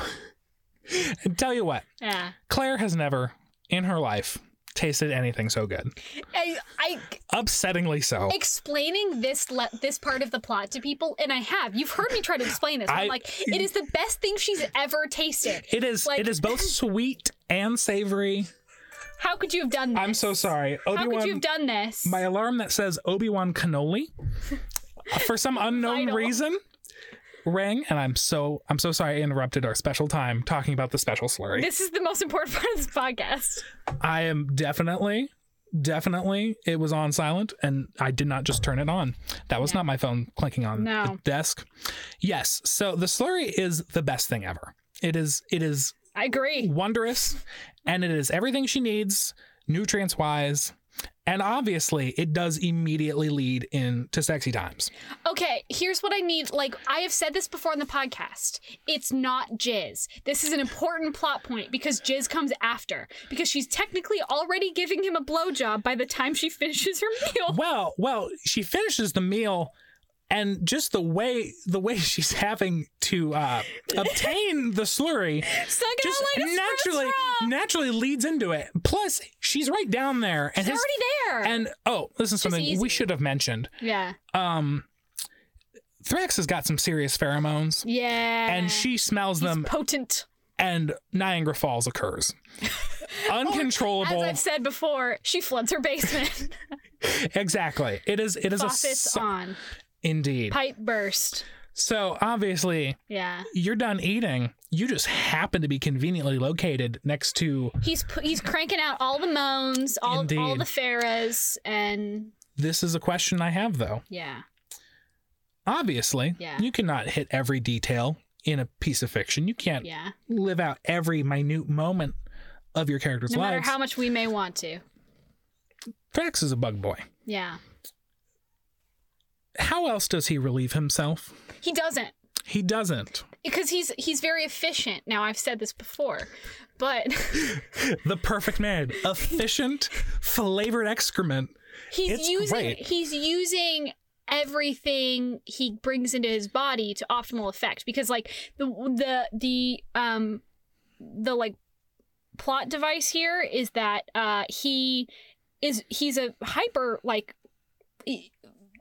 Speaker 1: and tell you what.
Speaker 2: Yeah,
Speaker 1: Claire has never in her life tasted anything so good.
Speaker 2: I, I
Speaker 1: Upsettingly so.
Speaker 2: explaining this le- this part of the plot to people, and I have. You've heard me try to explain this. I,
Speaker 1: I-
Speaker 2: am like, it is the best thing she's ever tasted.
Speaker 1: It is
Speaker 2: like-
Speaker 1: it is both sweet and savory.
Speaker 2: How could you have done this?
Speaker 1: I'm so sorry.
Speaker 2: How could you have
Speaker 1: Obi-Wan
Speaker 2: done this?
Speaker 1: my alarm that says Obi-Wan cannoli for some unknown
Speaker 2: Vital.
Speaker 1: reason rang and I'm so I'm so sorry I interrupted our special time talking about the special slurry.
Speaker 2: this is the most important part of this podcast.
Speaker 1: I am definitely definitely it was on silent and I did not just turn it on. That was not my phone clicking on the
Speaker 2: No.
Speaker 1: desk. Yes, so the slurry is the best thing ever. It is it is
Speaker 2: I agree.
Speaker 1: wondrous and it is everything she needs nutrients wise. And obviously, it does immediately lead into sexy times.
Speaker 2: Okay, here's what I need. Like, I have said this before in the podcast. It's not Jizz. This is an important plot point because Jizz comes after, because she's technically already giving him a blowjob by the time she finishes her meal.
Speaker 1: Well, well, she finishes the meal and just the way the way she's having to uh, obtain the slurry
Speaker 2: Suck it
Speaker 1: just
Speaker 2: out like a
Speaker 1: naturally
Speaker 2: straw.
Speaker 1: naturally leads into it. Plus, she's right down there and
Speaker 2: It's
Speaker 1: has
Speaker 2: already there.
Speaker 1: and oh, this is something
Speaker 2: easy.
Speaker 1: we should have mentioned.
Speaker 2: yeah.
Speaker 1: Um Thrax has got some serious pheromones
Speaker 2: Yeah.
Speaker 1: and she smells
Speaker 2: He's
Speaker 1: them
Speaker 2: potent.
Speaker 1: and Niagara Falls occurs.
Speaker 2: As Oh,
Speaker 1: Uncontrollable.
Speaker 2: I've said before, she floods her basement.
Speaker 1: exactly. It is it is a
Speaker 2: Faucets
Speaker 1: so-
Speaker 2: on.
Speaker 1: indeed.
Speaker 2: Pipe burst.
Speaker 1: So obviously
Speaker 2: Yeah.
Speaker 1: you're done eating. You just happen to be conveniently located next to
Speaker 2: He's pu- he's cranking out all the moans, all all
Speaker 1: Indeed.
Speaker 2: the pharaohs, and
Speaker 1: this is a question I have though.
Speaker 2: yeah,
Speaker 1: Obviously,
Speaker 2: Yeah.
Speaker 1: you cannot hit every detail in a piece of fiction. You can't
Speaker 2: yeah.
Speaker 1: live out every minute moment of your character's
Speaker 2: No matter
Speaker 1: lives.
Speaker 2: how much we may want to.
Speaker 1: Thrax is a bug boy.
Speaker 2: Yeah.
Speaker 1: How else does he relieve himself?
Speaker 2: He doesn't
Speaker 1: He doesn't.
Speaker 2: because he's he's very efficient. Now I've said this before, but
Speaker 1: The perfect man, efficient, flavored excrement.
Speaker 2: he's
Speaker 1: It's
Speaker 2: using
Speaker 1: great.
Speaker 2: he's using everything he brings into his body to optimal effect because like the the the um the like plot device here is that uh he is he's a hyper like e-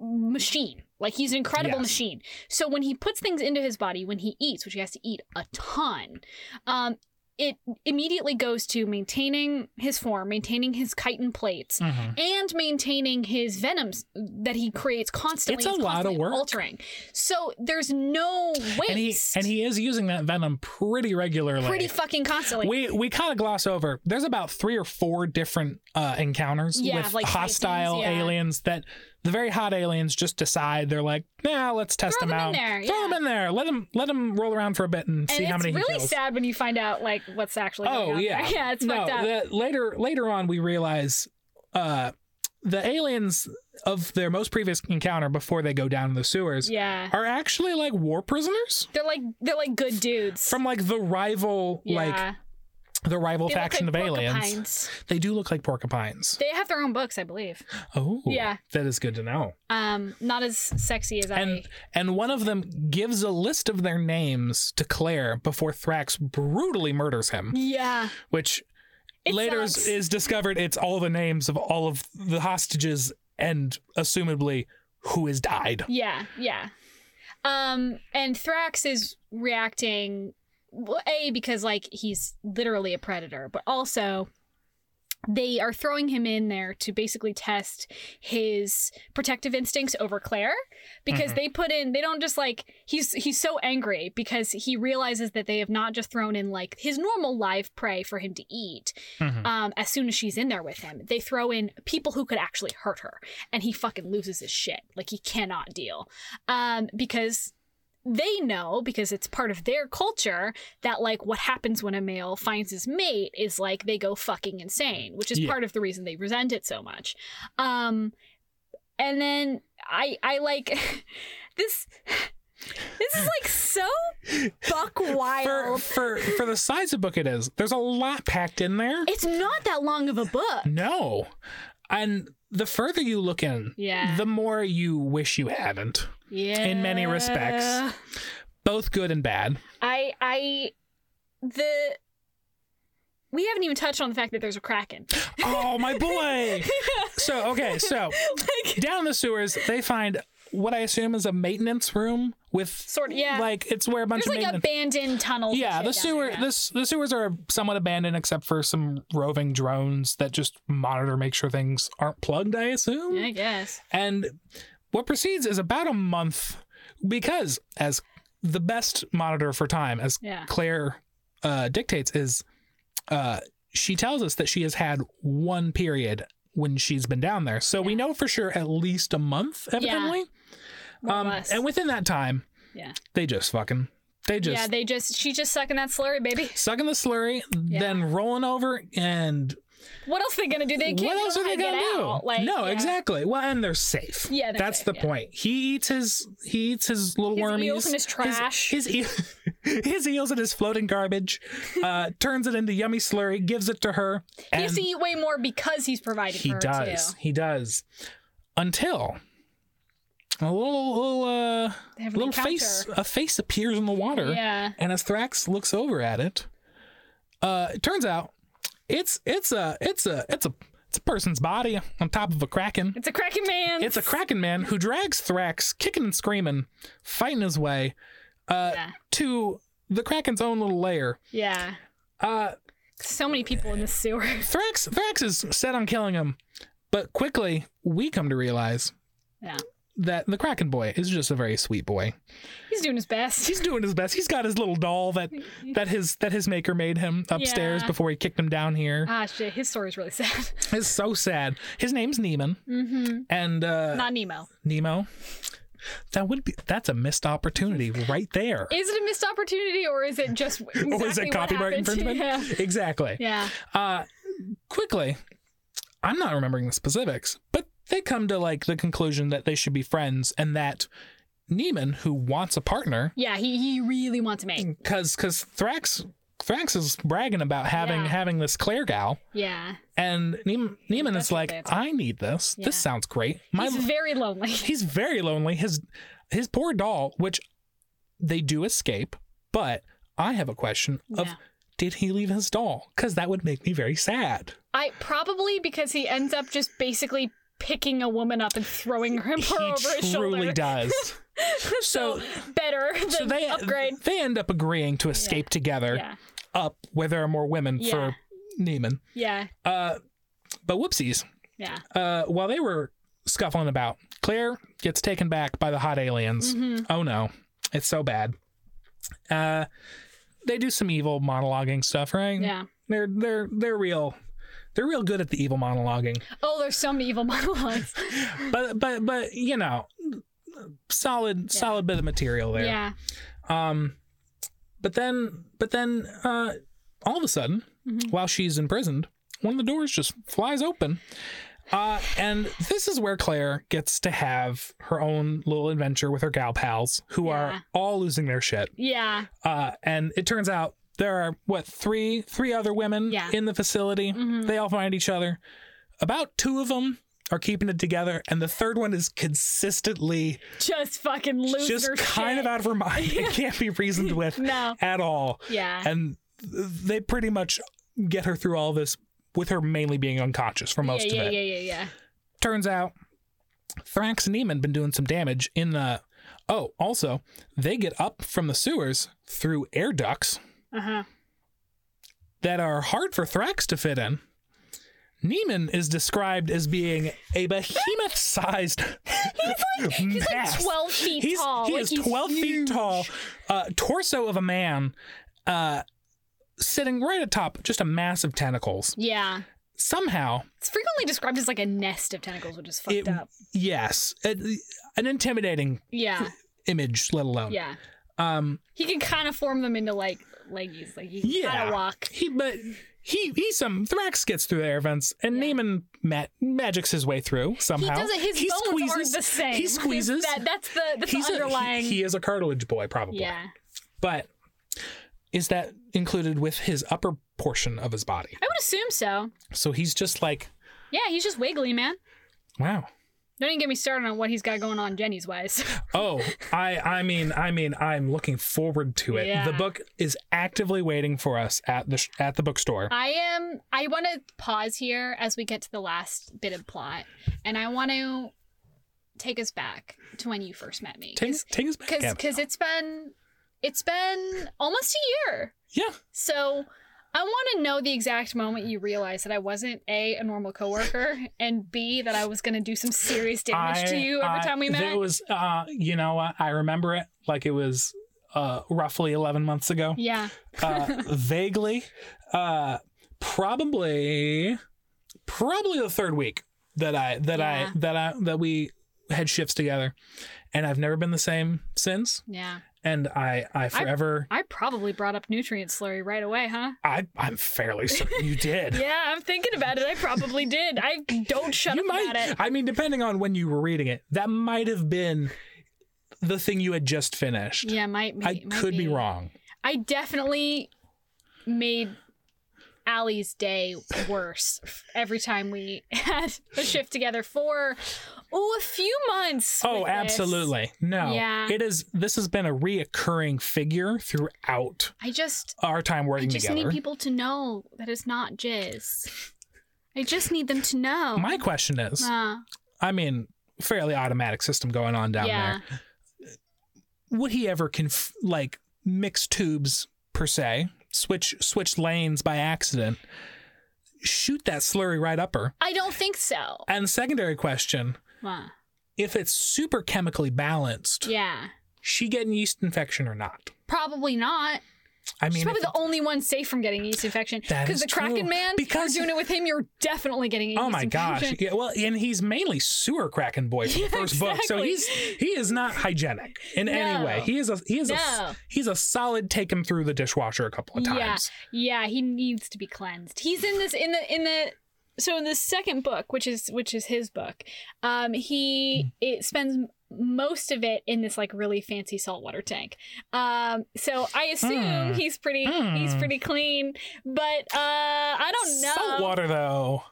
Speaker 2: machine like he's an incredible
Speaker 1: Yes.
Speaker 2: machine so when he puts things into his body when he eats which he has to eat a ton um it immediately goes to maintaining his form maintaining his chitin plates
Speaker 1: Mhm.
Speaker 2: and maintaining his venoms that he creates constantly.
Speaker 1: It's a
Speaker 2: He's
Speaker 1: lot of
Speaker 2: constantly
Speaker 1: work.
Speaker 2: altering. So there's no waste.
Speaker 1: And he and he is using that venom pretty regularly.
Speaker 2: pretty fucking constantly.
Speaker 1: we we kind of gloss over. There's about three or four different uh, encounters
Speaker 2: Yeah,
Speaker 1: with
Speaker 2: like
Speaker 1: hostile
Speaker 2: sightings, yeah.
Speaker 1: aliens that the very hot aliens just decide they're like, nah, let's test
Speaker 2: Throw
Speaker 1: them
Speaker 2: them in
Speaker 1: out.
Speaker 2: there,
Speaker 1: Throw
Speaker 2: yeah.
Speaker 1: them in there. Let them let them roll around for a bit and,
Speaker 2: and
Speaker 1: see how
Speaker 2: it's
Speaker 1: many he
Speaker 2: really
Speaker 1: kills.
Speaker 2: sad when you find out like what's actually going
Speaker 1: Oh
Speaker 2: on
Speaker 1: yeah,
Speaker 2: there. yeah it's
Speaker 1: no,
Speaker 2: fucked up
Speaker 1: that- later, later on, we realize uh, the aliens of their most previous encounter before they go down in the sewers
Speaker 2: yeah
Speaker 1: are actually like war prisoners
Speaker 2: they're like they're like good dudes
Speaker 1: from like the rival,
Speaker 2: yeah.
Speaker 1: like the rival
Speaker 2: They look
Speaker 1: faction
Speaker 2: like
Speaker 1: of aliens.
Speaker 2: porcupines.
Speaker 1: They do look like porcupines.
Speaker 2: they have their own books i believe
Speaker 1: Oh,
Speaker 2: Yeah.
Speaker 1: that is good to know.
Speaker 2: um not as sexy as i
Speaker 1: And and one of them gives a list of their names to Claire before Thrax brutally murders him,
Speaker 2: yeah
Speaker 1: which
Speaker 2: Mm. It
Speaker 1: later is,
Speaker 2: sucks.
Speaker 1: is discovered it's all the names of all of the hostages and assumably who has died.
Speaker 2: Yeah, yeah. Um, and Thrax is reacting well, a because like he's literally a predator, but also they are throwing him in there to basically test his protective instincts over Claire because
Speaker 1: Mhm.
Speaker 2: they put in they don't just like he's he's so angry because he realizes that they have not just thrown in like his normal live prey for him to eat um, as soon as she's in there with him. They throw in people who could actually hurt her, and he fucking loses his shit. Like he cannot deal um, because they know because it's part of their culture that like what happens when a male finds his mate is like they go fucking insane, which is
Speaker 1: Yeah.
Speaker 2: part of the reason they resent it so much. Um, and then I I like this. This is like so buck
Speaker 1: For,
Speaker 2: wild.
Speaker 1: for for the size of book it is, there's a lot packed in there.
Speaker 2: It's not that long of a book.
Speaker 1: No. And the further you look in,
Speaker 2: Yeah.
Speaker 1: the more you wish you hadn't.
Speaker 2: yeah
Speaker 1: in many respects. Both good and bad.
Speaker 2: i i the we haven't even touched on the fact that there's a kraken
Speaker 1: Oh my boy. so okay, so
Speaker 2: like
Speaker 1: down in the sewers, they find what I assume is a maintenance room with
Speaker 2: Sort of, yeah.
Speaker 1: like it's where a bunch
Speaker 2: there's
Speaker 1: of
Speaker 2: like
Speaker 1: maintenance.
Speaker 2: abandoned tunnels and
Speaker 1: yeah,
Speaker 2: shit
Speaker 1: the
Speaker 2: down
Speaker 1: sewer
Speaker 2: there, yeah.
Speaker 1: this the sewers are somewhat abandoned except for some roving drones that just monitor, make sure things aren't plugged. I assume.
Speaker 2: i guess
Speaker 1: And what precedes is about a month because, as the best monitor for time, as
Speaker 2: Yeah.
Speaker 1: Claire uh, dictates, is uh, she tells us that she has had one period when she's been down there. So we know for sure at least a month, evidently.
Speaker 2: more or
Speaker 1: um,
Speaker 2: less.
Speaker 1: and within that time,
Speaker 2: Yeah.
Speaker 1: they just fucking, they just
Speaker 2: yeah they just she's just sucking that slurry baby
Speaker 1: sucking the slurry, then rolling over and
Speaker 2: What else are they gonna do? They can't.
Speaker 1: what else are they
Speaker 2: gonna
Speaker 1: gonna
Speaker 2: get
Speaker 1: do?
Speaker 2: Out. Like,
Speaker 1: no,
Speaker 2: yeah.
Speaker 1: exactly. Well, and they're safe.
Speaker 2: Yeah, they're
Speaker 1: that's
Speaker 2: safe,
Speaker 1: the
Speaker 2: yeah.
Speaker 1: point. He eats his he eats his little
Speaker 2: His
Speaker 1: wormies.
Speaker 2: eels and his trash.
Speaker 1: His his, e- his eels and his floating garbage. Uh, turns it into yummy slurry. Gives it to her.
Speaker 2: He
Speaker 1: And
Speaker 2: has to eat way more because he's provided
Speaker 1: he
Speaker 2: for her
Speaker 1: does.
Speaker 2: too.
Speaker 1: He does. Until a little little uh,
Speaker 2: They have an
Speaker 1: little
Speaker 2: encounter.
Speaker 1: face a face appears in the water.
Speaker 2: Yeah.
Speaker 1: And as Thrax looks over at it, uh, it turns out it's it's a it's a it's a it's a person's body on top of a kraken.
Speaker 2: It's a cracking man.
Speaker 1: It's a kraken man who drags Thrax, kicking and screaming, fighting his way uh,
Speaker 2: Yeah.
Speaker 1: to the kraken's own little lair.
Speaker 2: yeah.
Speaker 1: Uh,
Speaker 2: So many people in this sewer.
Speaker 1: Thrax Thrax is set on killing him, but quickly we come to realize
Speaker 2: Yeah.
Speaker 1: that the kraken boy is just a very sweet boy.
Speaker 2: He's doing his best.
Speaker 1: He's doing his best. He's got his little doll that that his that his maker made him upstairs
Speaker 2: Yeah.
Speaker 1: before he kicked him down here.
Speaker 2: Ah, shit. His story's really sad.
Speaker 1: It's so sad. His name's Neiman,
Speaker 2: Mm-hmm.
Speaker 1: and uh,
Speaker 2: Not Nemo.
Speaker 1: Nemo. That would be that's a missed opportunity right there.
Speaker 2: Is it a missed opportunity or is it just exactly
Speaker 1: or is it
Speaker 2: what
Speaker 1: copyright
Speaker 2: happened?
Speaker 1: infringement?
Speaker 2: Yeah.
Speaker 1: Exactly.
Speaker 2: Yeah.
Speaker 1: Uh, quickly, I'm not remembering the specifics, but they come to like the conclusion that they should be friends, and that Neiman, who wants a partner,
Speaker 2: Yeah. He he really wants a mate.
Speaker 1: because because Thrax Thrax is bragging about having
Speaker 2: Yeah.
Speaker 1: having this Claire gal,
Speaker 2: Yeah.
Speaker 1: and Neem- Neiman is
Speaker 2: desperate
Speaker 1: like,
Speaker 2: for it.
Speaker 1: I need this.
Speaker 2: Yeah.
Speaker 1: This sounds great. My
Speaker 2: He's very lonely.
Speaker 1: he's very lonely. His his poor doll, which they do escape, but I have a question of
Speaker 2: Yeah.
Speaker 1: did he leave his doll? Because that would make me very sad.
Speaker 2: I probably because he ends up just basically picking a woman up and throwing her, her
Speaker 1: he
Speaker 2: over his
Speaker 1: truly
Speaker 2: shoulder.
Speaker 1: does. so
Speaker 2: Better than
Speaker 1: so they
Speaker 2: upgrade.
Speaker 1: they end up agreeing to escape together
Speaker 2: Yeah.
Speaker 1: up where there are more women
Speaker 2: Yeah.
Speaker 1: for Neiman.
Speaker 2: Yeah.
Speaker 1: Uh, but whoopsies.
Speaker 2: Yeah.
Speaker 1: Uh, while they were scuffling about, Claire gets taken back by the hot aliens.
Speaker 2: Mhm.
Speaker 1: Oh no, it's so bad. Uh, they do some evil monologuing stuff, right?
Speaker 2: Yeah.
Speaker 1: They're they're they're real. They're real good at the evil monologuing.
Speaker 2: Oh, there's so many evil monologues.
Speaker 1: But but but you know, solid solid bit of material there.
Speaker 2: Yeah.
Speaker 1: Um, but then but then uh, all of a sudden,
Speaker 2: Mhm.
Speaker 1: while she's imprisoned, one of the doors just flies open. Uh, and this is where Claire gets to have her own little adventure with her gal pals, who
Speaker 2: Yeah.
Speaker 1: are all losing their shit.
Speaker 2: Yeah.
Speaker 1: Uh, and it turns out there are what three three other women
Speaker 2: Yeah.
Speaker 1: in the facility.
Speaker 2: Mhm.
Speaker 1: They all find each other. About two of them are keeping it together, and the third one is consistently
Speaker 2: Just fucking lose
Speaker 1: just
Speaker 2: her
Speaker 1: kind
Speaker 2: shit.
Speaker 1: of out of her mind. It can't be reasoned with
Speaker 2: No.
Speaker 1: at all.
Speaker 2: Yeah.
Speaker 1: And th- they pretty much get her through all this with her mainly being unconscious for most
Speaker 2: yeah, yeah,
Speaker 1: of it.
Speaker 2: yeah, yeah, yeah.
Speaker 1: Turns out Thrax and Neiman been doing some damage in the Oh, also, they get up from the sewers through air ducts
Speaker 2: Uh-huh.
Speaker 1: that are hard for Thrax to fit in. Neiman is described as being a behemoth sized
Speaker 2: He's like 12 feet
Speaker 1: he's,
Speaker 2: tall.
Speaker 1: He
Speaker 2: like,
Speaker 1: is
Speaker 2: he's
Speaker 1: 12 feet
Speaker 2: huge.
Speaker 1: tall, uh, torso of a man, uh, sitting right atop just a mass of tentacles.
Speaker 2: Yeah.
Speaker 1: Somehow,
Speaker 2: It's frequently described as like a nest of tentacles, which is fucked
Speaker 1: It-
Speaker 2: up.
Speaker 1: yes, a- an intimidating
Speaker 2: Yeah.
Speaker 1: image, let alone.
Speaker 2: Yeah.
Speaker 1: Um,
Speaker 2: He can kind of form them into like leggies. Like he can kind
Speaker 1: Yeah.
Speaker 2: of walk.
Speaker 1: he, but he, he, some Thrax gets through the air vents, and
Speaker 2: Yeah.
Speaker 1: Neiman ma- magics his way through somehow.
Speaker 2: He doesn't. His
Speaker 1: He
Speaker 2: bones
Speaker 1: squeezes-
Speaker 2: aren't the same.
Speaker 1: He squeezes.
Speaker 2: That, that's the that's
Speaker 1: He's
Speaker 2: the
Speaker 1: a-
Speaker 2: underlying.
Speaker 1: he, he is a cartilage boy, probably.
Speaker 2: yeah.
Speaker 1: But is that included with his upper portion of his body?
Speaker 2: I would assume so.
Speaker 1: So he's just like,
Speaker 2: Yeah, he's just wiggly, man.
Speaker 1: wow.
Speaker 2: Don't even get me started on what he's got going on Jenny's wise.
Speaker 1: Oh, I I mean I mean I'm looking forward to it.
Speaker 2: Yeah.
Speaker 1: The book is actively waiting for us at the sh- at the bookstore.
Speaker 2: I am. I want to pause here as we get to the last bit of plot, and I want to take us back to when you first met me.
Speaker 1: Take, take us back.
Speaker 2: because
Speaker 1: Gavin.
Speaker 2: because it's been it's been almost a year
Speaker 1: Yeah.
Speaker 2: so i want to know the exact moment you realized that i wasn't a a normal coworker and b that i was going to do some serious damage to
Speaker 1: I-
Speaker 2: you every
Speaker 1: I-
Speaker 2: time we met
Speaker 1: It was uh you know what? I remember it like it was uh roughly 11 months ago.
Speaker 2: yeah
Speaker 1: Uh vaguely uh probably probably the third week that I that
Speaker 2: Yeah.
Speaker 1: I that I that we had shifts together. And I've never been the same since.
Speaker 2: yeah
Speaker 1: and I I forever
Speaker 2: I probably brought up nutrient slurry right away, huh?
Speaker 1: I, I am fairly certain you did.
Speaker 2: Yeah, I'm thinking about it. I probably did. I don't shut
Speaker 1: you
Speaker 2: up
Speaker 1: might.
Speaker 2: about it.
Speaker 1: I mean, depending on when you were reading it, that might have been the thing you had just finished.
Speaker 2: Yeah, might be.
Speaker 1: I
Speaker 2: might
Speaker 1: could be. wrong.
Speaker 2: I definitely made Allie's day worse every time we had a shift together for oh a few months.
Speaker 1: Oh,
Speaker 2: with this.
Speaker 1: absolutely. No.
Speaker 2: Yeah.
Speaker 1: It is this has been a reoccurring figure throughout
Speaker 2: I just
Speaker 1: our time
Speaker 2: I
Speaker 1: working
Speaker 2: just
Speaker 1: together.
Speaker 2: need people to know that it's not jizz. I just need them to know.
Speaker 1: My question is,
Speaker 2: Uh,
Speaker 1: I mean, fairly automatic system going on down
Speaker 2: yeah.
Speaker 1: there. Would he ever conf- like mix tubes per se, switch switch lanes by accident, shoot that slurry right up her?
Speaker 2: I don't think so.
Speaker 1: And secondary question,
Speaker 2: Uh,
Speaker 1: if it's super chemically balanced,
Speaker 2: yeah.
Speaker 1: she getting yeast infection or not?
Speaker 2: Probably not.
Speaker 1: I
Speaker 2: She's
Speaker 1: mean,
Speaker 2: probably
Speaker 1: if-
Speaker 2: the only one safe from getting yeast infection.
Speaker 1: That is
Speaker 2: Because the Kraken
Speaker 1: true.
Speaker 2: Man,
Speaker 1: Because-
Speaker 2: because you're doing it with him, you're definitely getting a yeast
Speaker 1: Oh my gosh!
Speaker 2: infection.
Speaker 1: Yeah, well, and he's mainly sewer cracking boy from the
Speaker 2: Yeah,
Speaker 1: first book, so
Speaker 2: exactly.
Speaker 1: he's he is not hygienic in any
Speaker 2: No.
Speaker 1: way. He is a he is a
Speaker 2: No.
Speaker 1: he's a solid take him through the dishwasher a couple of
Speaker 2: Yeah.
Speaker 1: times.
Speaker 2: Yeah, he needs to be cleansed. He's in this in the in the so in the second book, which is which is his book, um, he it spends most of it in this like really fancy saltwater tank. Um, so I assume
Speaker 1: Mm.
Speaker 2: he's pretty he's
Speaker 1: Mm.
Speaker 2: pretty clean, but uh, I don't know.
Speaker 1: Salt water though.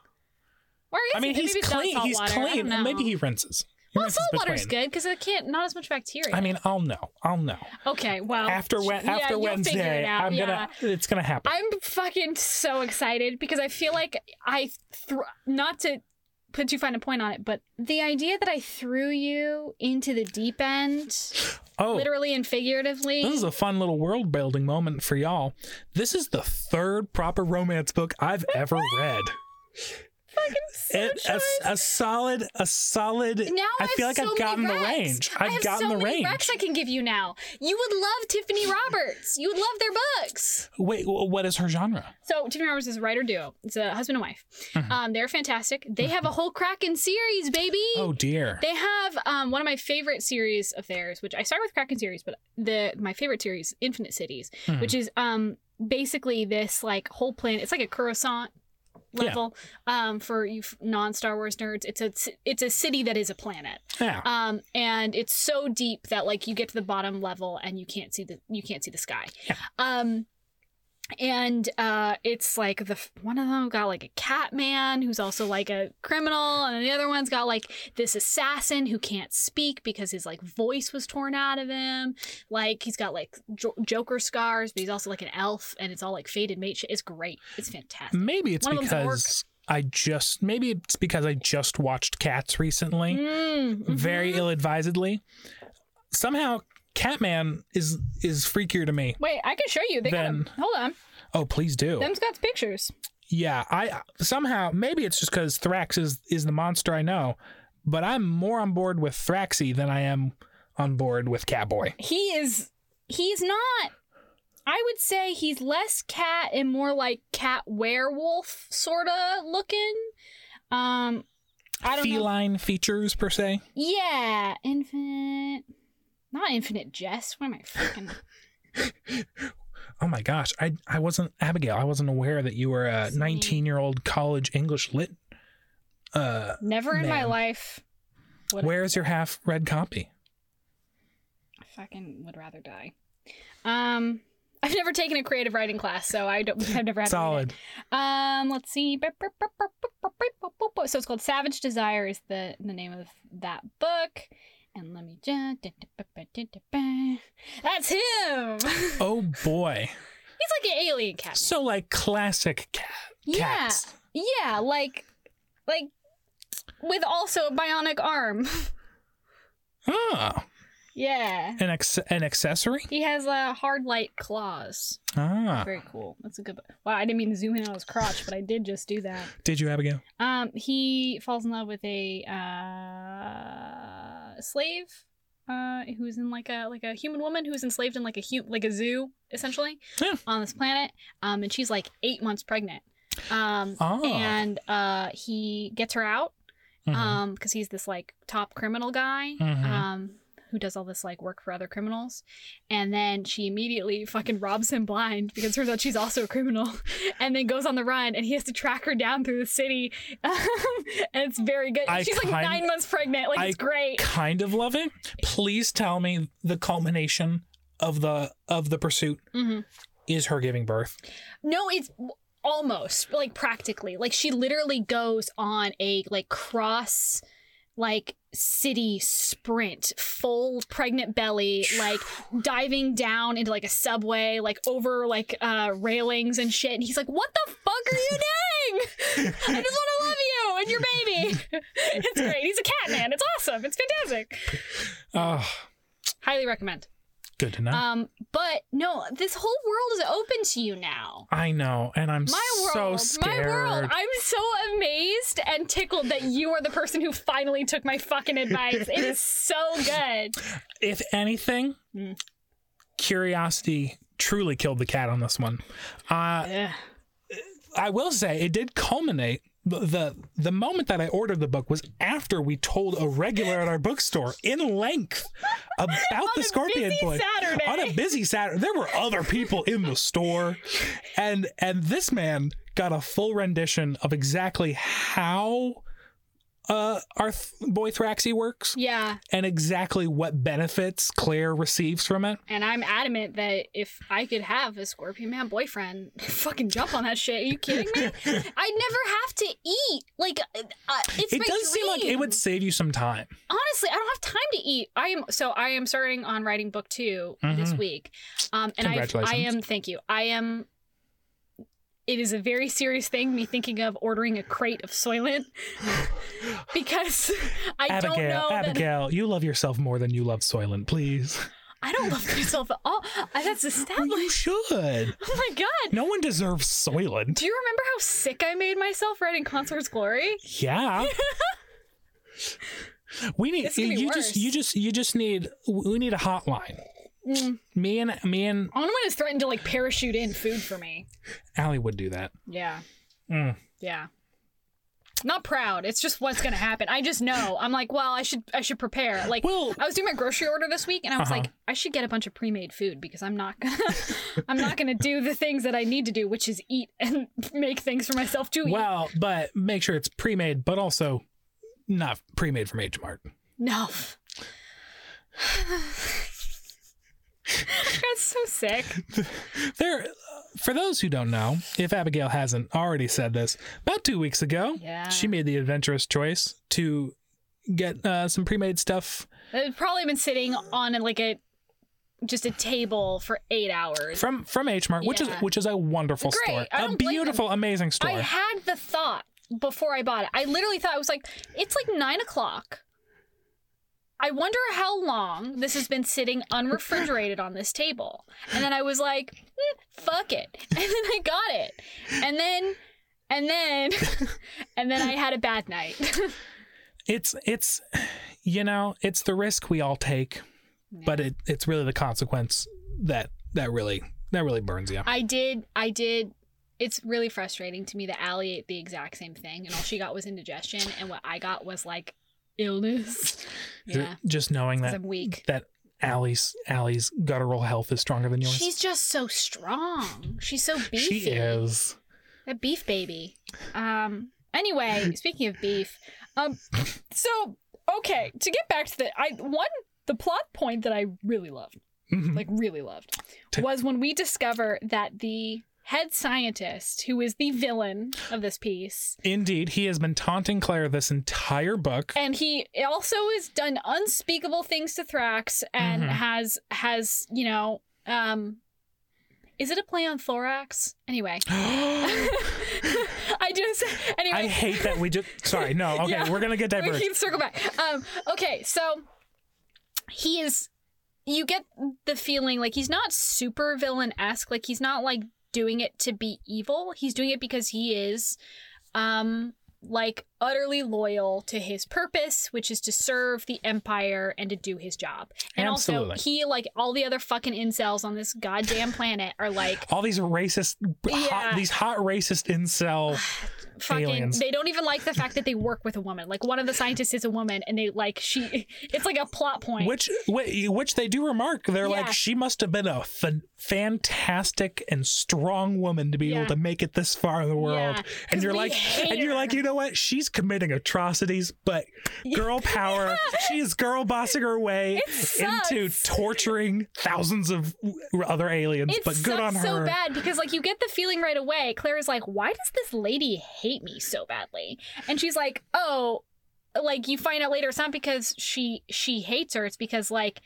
Speaker 2: Or is
Speaker 1: I mean,
Speaker 2: it?
Speaker 1: he's
Speaker 2: Maybe it's not
Speaker 1: clean. He's
Speaker 2: saltwater. I don't
Speaker 1: clean.
Speaker 2: know.
Speaker 1: Maybe he rinses. He
Speaker 2: well,
Speaker 1: rinses
Speaker 2: salt water's
Speaker 1: between.
Speaker 2: good because it can't not as much bacteria.
Speaker 1: I mean, I'll know. I'll know
Speaker 2: okay, well,
Speaker 1: after we-
Speaker 2: yeah,
Speaker 1: after
Speaker 2: you'll figure
Speaker 1: Wednesday.
Speaker 2: it out,
Speaker 1: I'm
Speaker 2: yeah.
Speaker 1: gonna. It's gonna happen.
Speaker 2: I'm fucking so excited because I feel like I thr not to put too fine a point on it, but the idea that I threw you into the deep end,
Speaker 1: oh,
Speaker 2: literally and figuratively.
Speaker 1: This is a fun little world building moment for y'all. This is the third proper romance book I've ever read.
Speaker 2: so
Speaker 1: It- a, a solid, a solid.
Speaker 2: now
Speaker 1: I
Speaker 2: I, have
Speaker 1: feel like
Speaker 2: so
Speaker 1: I've
Speaker 2: many
Speaker 1: gotten the
Speaker 2: recs.
Speaker 1: range.
Speaker 2: I
Speaker 1: I've
Speaker 2: have
Speaker 1: gotten
Speaker 2: so
Speaker 1: the
Speaker 2: many
Speaker 1: range.
Speaker 2: recs I can give you now. You would love Tiffany Roberts. You would love their books.
Speaker 1: Wait, wh- what is her genre?
Speaker 2: So Tiffany Roberts is a writer duo. It's a husband and wife.
Speaker 1: Mm-hmm.
Speaker 2: Um, they're fantastic. They have a whole Kraken series, baby.
Speaker 1: Oh dear.
Speaker 2: They have um, one of my favorite series of theirs, which I started with Kraken series, but the my favorite series, Infinite Cities,
Speaker 1: Mhm.
Speaker 2: which is um, basically this like whole planet. It's like a Coruscant level um, for you non Star Wars nerds. It's a it's a city that is a planet,
Speaker 1: Yeah.
Speaker 2: um, and it's so deep that like you get to the bottom level and you can't see the you can't see the sky.
Speaker 1: Yeah.
Speaker 2: Um, and uh, it's like the f- one of them got like a cat man who's also like a criminal, and the other one's got like this assassin who can't speak because his like voice was torn out of him. Like he's got like jo- Joker scars, but he's also like an elf, and it's all like faded mate shit. It's great. It's fantastic.
Speaker 1: maybe it's
Speaker 2: one of them's an orc.
Speaker 1: because I just. Maybe it's because I just watched Cats recently,
Speaker 2: Mm, mhm.
Speaker 1: Mm-hmm. very ill-advisedly. Somehow, Catman is is freakier to me.
Speaker 2: Wait, I can show you. They
Speaker 1: Then-
Speaker 2: got a- hold on.
Speaker 1: Oh, please do.
Speaker 2: Them's got pictures.
Speaker 1: Yeah, I somehow maybe it's just because Thrax is is the monster I know, but I'm more on board with Thraxy than I am on board with Catboy.
Speaker 2: he is he's not i would say he's less cat and more like cat werewolf sort of looking um i don't know
Speaker 1: Feline features per se.
Speaker 2: yeah infinite not infinite jest what am i freaking
Speaker 1: Oh my gosh, I I wasn't Abigail. I wasn't aware that you were a
Speaker 2: That's me.
Speaker 1: 19 year old college English lit. Uh,
Speaker 2: never in my
Speaker 1: Man.
Speaker 2: life would
Speaker 1: where is your half read copy?
Speaker 2: i fucking would rather die um I've never taken a creative writing class, so I don't, I've never had to read it.
Speaker 1: Solid.
Speaker 2: Um, let's see. So it's called Savage Desire is the the name of that book. And let me just That's him. He's
Speaker 1: Oh boy.
Speaker 2: like an alien cat.
Speaker 1: So like classic cat.
Speaker 2: Yeah.
Speaker 1: Cats.
Speaker 2: Yeah, like like with also a bionic arm.
Speaker 1: Oh,
Speaker 2: Yeah.
Speaker 1: an ex- an accessory.
Speaker 2: He has uh, hard light claws.
Speaker 1: Ah,
Speaker 2: Very cool. That's a good book. Wow, I didn't mean to zoom in on his crotch, but I did just do that.
Speaker 1: did you Abigail?
Speaker 2: Um, he falls in love with a uh, slave, uh, who's in like a like a human woman who's enslaved in like a hu- like a zoo essentially
Speaker 1: Yeah.
Speaker 2: on this planet. Um, and she's like eight months pregnant. Um,
Speaker 1: Oh.
Speaker 2: and uh, he gets her out.
Speaker 1: Mhm.
Speaker 2: Um, because he's this like top criminal guy.
Speaker 1: Mhm.
Speaker 2: Um, who does all this like work for other criminals, and then she immediately fucking robs him blind because turns out she's also a criminal, and then goes on the run and he has to track her down through the city, Um, and it's very good.
Speaker 1: I
Speaker 2: she's like
Speaker 1: kind-
Speaker 2: nine months pregnant, like it's
Speaker 1: I
Speaker 2: great.
Speaker 1: Kind of love it. Please tell me the culmination of the of the pursuit
Speaker 2: Mhm.
Speaker 1: is her giving birth.
Speaker 2: No, it's almost like practically like she literally goes on a like cross like city sprint full pregnant belly like diving down into like a subway like over like uh railings and shit and he's like what the fuck are you doing i just want to love you and your baby it's great he's a cat man it's awesome it's fantastic
Speaker 1: Oh,
Speaker 2: highly recommend
Speaker 1: good to know.
Speaker 2: um but no this whole world is open to you now
Speaker 1: I know, and I'm
Speaker 2: my
Speaker 1: so
Speaker 2: world, my
Speaker 1: scared.
Speaker 2: world. I'm so amazed and tickled that you are the person who finally took my fucking advice. It is so good.
Speaker 1: if anything,
Speaker 2: Mm.
Speaker 1: curiosity truly killed the cat on this one. Uh, I will say it did culminate. The, the the moment that I ordered the book was after we told a regular at our bookstore in length about Oh, the
Speaker 2: a
Speaker 1: scorpion
Speaker 2: busy
Speaker 1: boy
Speaker 2: Saturday.
Speaker 1: on a busy Saturday. There were other people in the store, and and this man got a full rendition of exactly how uh, our th- boy Thraxy works
Speaker 2: Yeah,
Speaker 1: and exactly what benefits Claire receives from it.
Speaker 2: and I'm adamant that if I could have a scorpion man boyfriend, fucking jump on that shit. Are you kidding me? I'd never have to eat. Like, uh, it's
Speaker 1: it
Speaker 2: my
Speaker 1: does seem like it
Speaker 2: dream.
Speaker 1: would save you some time.
Speaker 2: honestly, I don't have time to eat. I am so I am starting on writing book 2 this
Speaker 1: Mhm.
Speaker 2: week, um, and I I
Speaker 1: Congratulations.
Speaker 2: am thank you. I am. It is a very serious thing. Me thinking of ordering a crate of Soylent because I don't
Speaker 1: Abigail,
Speaker 2: know. That,
Speaker 1: Abigail, you love yourself more than you love Soylent, please.
Speaker 2: I don't love myself at all. I- That's
Speaker 1: You
Speaker 2: established.
Speaker 1: should.
Speaker 2: Oh my god.
Speaker 1: No one deserves Soylent.
Speaker 2: Do you remember how sick I made myself writing Consort's Glory?
Speaker 1: Yeah. We need
Speaker 2: It's
Speaker 1: you,
Speaker 2: gonna be
Speaker 1: just
Speaker 2: worse.
Speaker 1: you just you just need we need a hotline.
Speaker 2: Mm.
Speaker 1: Me and me and
Speaker 2: Onwin has threatened to like parachute in food for me.
Speaker 1: Allie would do that.
Speaker 2: Yeah.
Speaker 1: Mm.
Speaker 2: Yeah. Not proud. It's just what's gonna happen. I just know. I'm like, well, I should I should prepare. Like
Speaker 1: Well-
Speaker 2: I was doing my grocery order this week and I was
Speaker 1: Uh-huh.
Speaker 2: like, I should get a bunch of pre-made food because I'm not gonna I'm not gonna do the things that I need to do, which is eat and make things for myself to eat.
Speaker 1: Well, but make sure it's pre-made, but also not pre-made from H Mart.
Speaker 2: no. I got so sick.
Speaker 1: There, for those who don't know, if Abigail hasn't already said this, about two weeks ago,
Speaker 2: Yeah.
Speaker 1: she made the adventurous choice to get uh, some pre-made stuff
Speaker 2: I've probably been sitting on like a just a table for eight hours.
Speaker 1: from from H Mart, which is
Speaker 2: Yeah.
Speaker 1: which is a wonderful
Speaker 2: Great.
Speaker 1: store,
Speaker 2: I
Speaker 1: a
Speaker 2: don't blame them.
Speaker 1: beautiful, amazing store.
Speaker 2: I had the thought before I bought it. I literally thought I was like, it's like nine o'clock. I wonder how long this has been sitting unrefrigerated on this table. And then I was like, "Mm, fuck it. And then I got it. And then and then and then I had a bad night.
Speaker 1: it's it's, you know, it's the risk we all take, but it it's really the consequence that that really that really burns you.
Speaker 2: I did I did it's really frustrating to me that Allie ate the exact same thing and all she got was indigestion and what I got was like illness.
Speaker 1: Ju-
Speaker 2: Yeah.
Speaker 1: Just knowing
Speaker 2: Because
Speaker 1: that
Speaker 2: I'm weak.
Speaker 1: that Allie's Allie's guttural health is stronger than yours.
Speaker 2: She's just so strong. She's so beefy.
Speaker 1: she is.
Speaker 2: A beef baby. Um anyway, speaking of beef, um so okay, to get back to the I one the plot point that I really loved,
Speaker 1: Mhm.
Speaker 2: like really loved,
Speaker 1: Ta-
Speaker 2: was when we discover that the head scientist who is the villain of this piece
Speaker 1: Indeed, he has been taunting Claire this entire book.
Speaker 2: and he also has done unspeakable things to Thrax and
Speaker 1: Mhm.
Speaker 2: has has, you know, um is it a play on thorax? Anyway, I didn't say anyway.
Speaker 1: I hate that we just. Sorry, no. Okay,
Speaker 2: Yeah.
Speaker 1: we're gonna get
Speaker 2: we
Speaker 1: diverged.
Speaker 2: can circle back. Um, okay, so he is. You get the feeling like he's not super villain esque. Like he's not like doing it to be evil. He's doing it because he is, um, like utterly loyal to his purpose, which is to serve the empire and to do his job. And
Speaker 1: Absolutely.
Speaker 2: also, he like all the other fucking incels on this goddamn planet are like.
Speaker 1: All these racist, hot,
Speaker 2: Yeah.
Speaker 1: these hot racist incel
Speaker 2: fucking
Speaker 1: Aliens.
Speaker 2: they don't even like the fact that they work with a woman. Like one of the scientists is a woman and they like she it's like a plot point.
Speaker 1: Which wh- which they do remark. They're like,
Speaker 2: Yeah.
Speaker 1: she must have been a fan- fantastic and strong woman to be
Speaker 2: Yeah.
Speaker 1: able to make it this far in the world.
Speaker 2: Yeah.
Speaker 1: And
Speaker 2: 'Cause
Speaker 1: you're
Speaker 2: we
Speaker 1: like,
Speaker 2: hate
Speaker 1: and you're like,
Speaker 2: her.
Speaker 1: you know what? She's committing atrocities, but girl power. she is girl bossing her way
Speaker 2: sucks.
Speaker 1: into torturing thousands of w- other aliens.
Speaker 2: it
Speaker 1: but good
Speaker 2: sucks
Speaker 1: on her.
Speaker 2: so bad because like you get the feeling right away. Claire is like, "Why does this lady hate me so badly?" And she's like, "Oh, like you find out later it's not because she she hates her, it's because like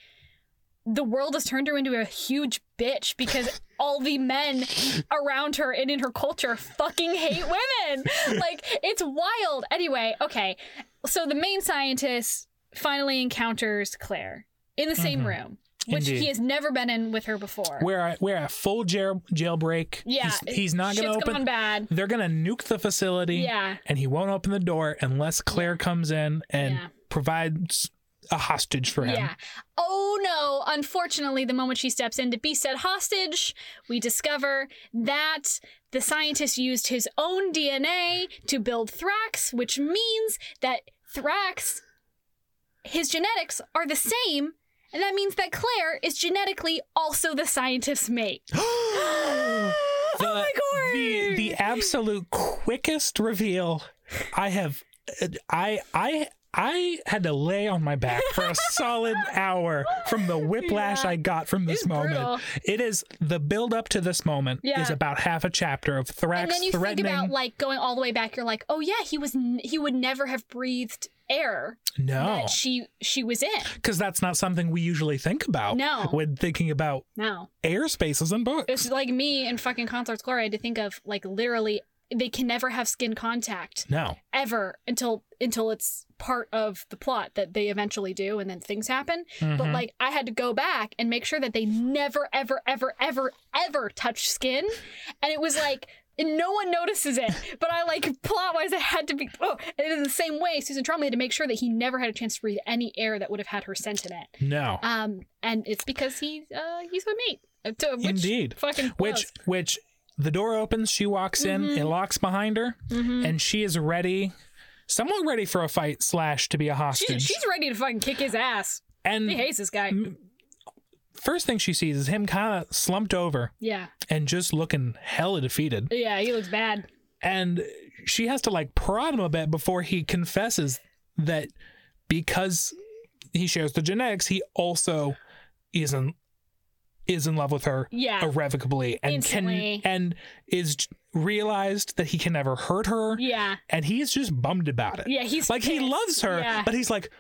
Speaker 2: the world has turned her into a huge bitch because all the men around her and in her culture fucking hate women. like it's wild. Anyway, okay. So the main scientist finally encounters Claire in the same
Speaker 1: Mhm.
Speaker 2: room, which
Speaker 1: Indeed.
Speaker 2: he has never been in with her before.
Speaker 1: We're at, we're at full jail, jailbreak.
Speaker 2: Yeah,
Speaker 1: he's, he's not
Speaker 2: Shit's
Speaker 1: gonna open.
Speaker 2: gone bad.
Speaker 1: They're gonna nuke the facility.
Speaker 2: Yeah.
Speaker 1: and he won't open the door unless Claire comes in and
Speaker 2: Yeah.
Speaker 1: provides a hostage for him.
Speaker 2: Yeah. Oh no. Unfortunately, the moment she steps in to be set hostage, we discover that the scientist used his own DNA to build Thrax, which means that Thrax, his genetics are the same. And that means that Claire is genetically also the scientist's mate.
Speaker 1: oh
Speaker 2: my God.
Speaker 1: The, the absolute quickest reveal I have. uh, I I I had to lay on my back for a solid hour from the whiplash
Speaker 2: Yeah.
Speaker 1: I got from this
Speaker 2: It's
Speaker 1: moment.
Speaker 2: brutal.
Speaker 1: It is the build up to this moment is
Speaker 2: Yeah.
Speaker 1: about half a chapter of Thrax
Speaker 2: and then you
Speaker 1: threatening.
Speaker 2: think about like going all the way back. You're like, oh yeah, he was n- he would never have breathed air
Speaker 1: no,
Speaker 2: that she she was in.
Speaker 1: because that's not something we usually think about
Speaker 2: No.
Speaker 1: when thinking about
Speaker 2: No.
Speaker 1: air spaces and books.
Speaker 2: It's like me and fucking Consort's Glory. I had to think of like literally they can never have skin contact
Speaker 1: no.
Speaker 2: ever until until it's part of the plot that they eventually do and then things happen. But
Speaker 1: Mhm.
Speaker 2: like I had to go back and make sure that they never ever ever ever ever touch skin. And it was like and no one notices it. But I like plot wise I had to be oh and in the same way Susan Tromley had to make sure that he never had a chance to breathe any air that would have had her scent in it.
Speaker 1: no.
Speaker 2: Um and it's because he uh he's my mate. Uh, to- Which
Speaker 1: Indeed.
Speaker 2: Fucking
Speaker 1: which which the door opens she walks in
Speaker 2: Mm-hmm.
Speaker 1: it locks behind her and she is ready somewhat ready for a fight slash to be a
Speaker 2: She,
Speaker 1: hostage
Speaker 2: she's ready to fucking kick his ass. He
Speaker 1: and
Speaker 2: hates this guy.
Speaker 1: Mm. first thing she sees is him kind of slumped over
Speaker 2: Yeah.
Speaker 1: and just looking hella defeated
Speaker 2: Yeah, he looks bad.
Speaker 1: and she has to like prod him a bit before he confesses that because he shares the genetics he also is in is in love with her
Speaker 2: Yeah.
Speaker 1: irrevocably and
Speaker 2: Instantly.
Speaker 1: can and is j- realized that he can never hurt her
Speaker 2: Yeah.
Speaker 1: and he's just bummed about it
Speaker 2: Yeah, he's
Speaker 1: like he
Speaker 2: pissed.
Speaker 1: loves her
Speaker 2: Yeah.
Speaker 1: but he's like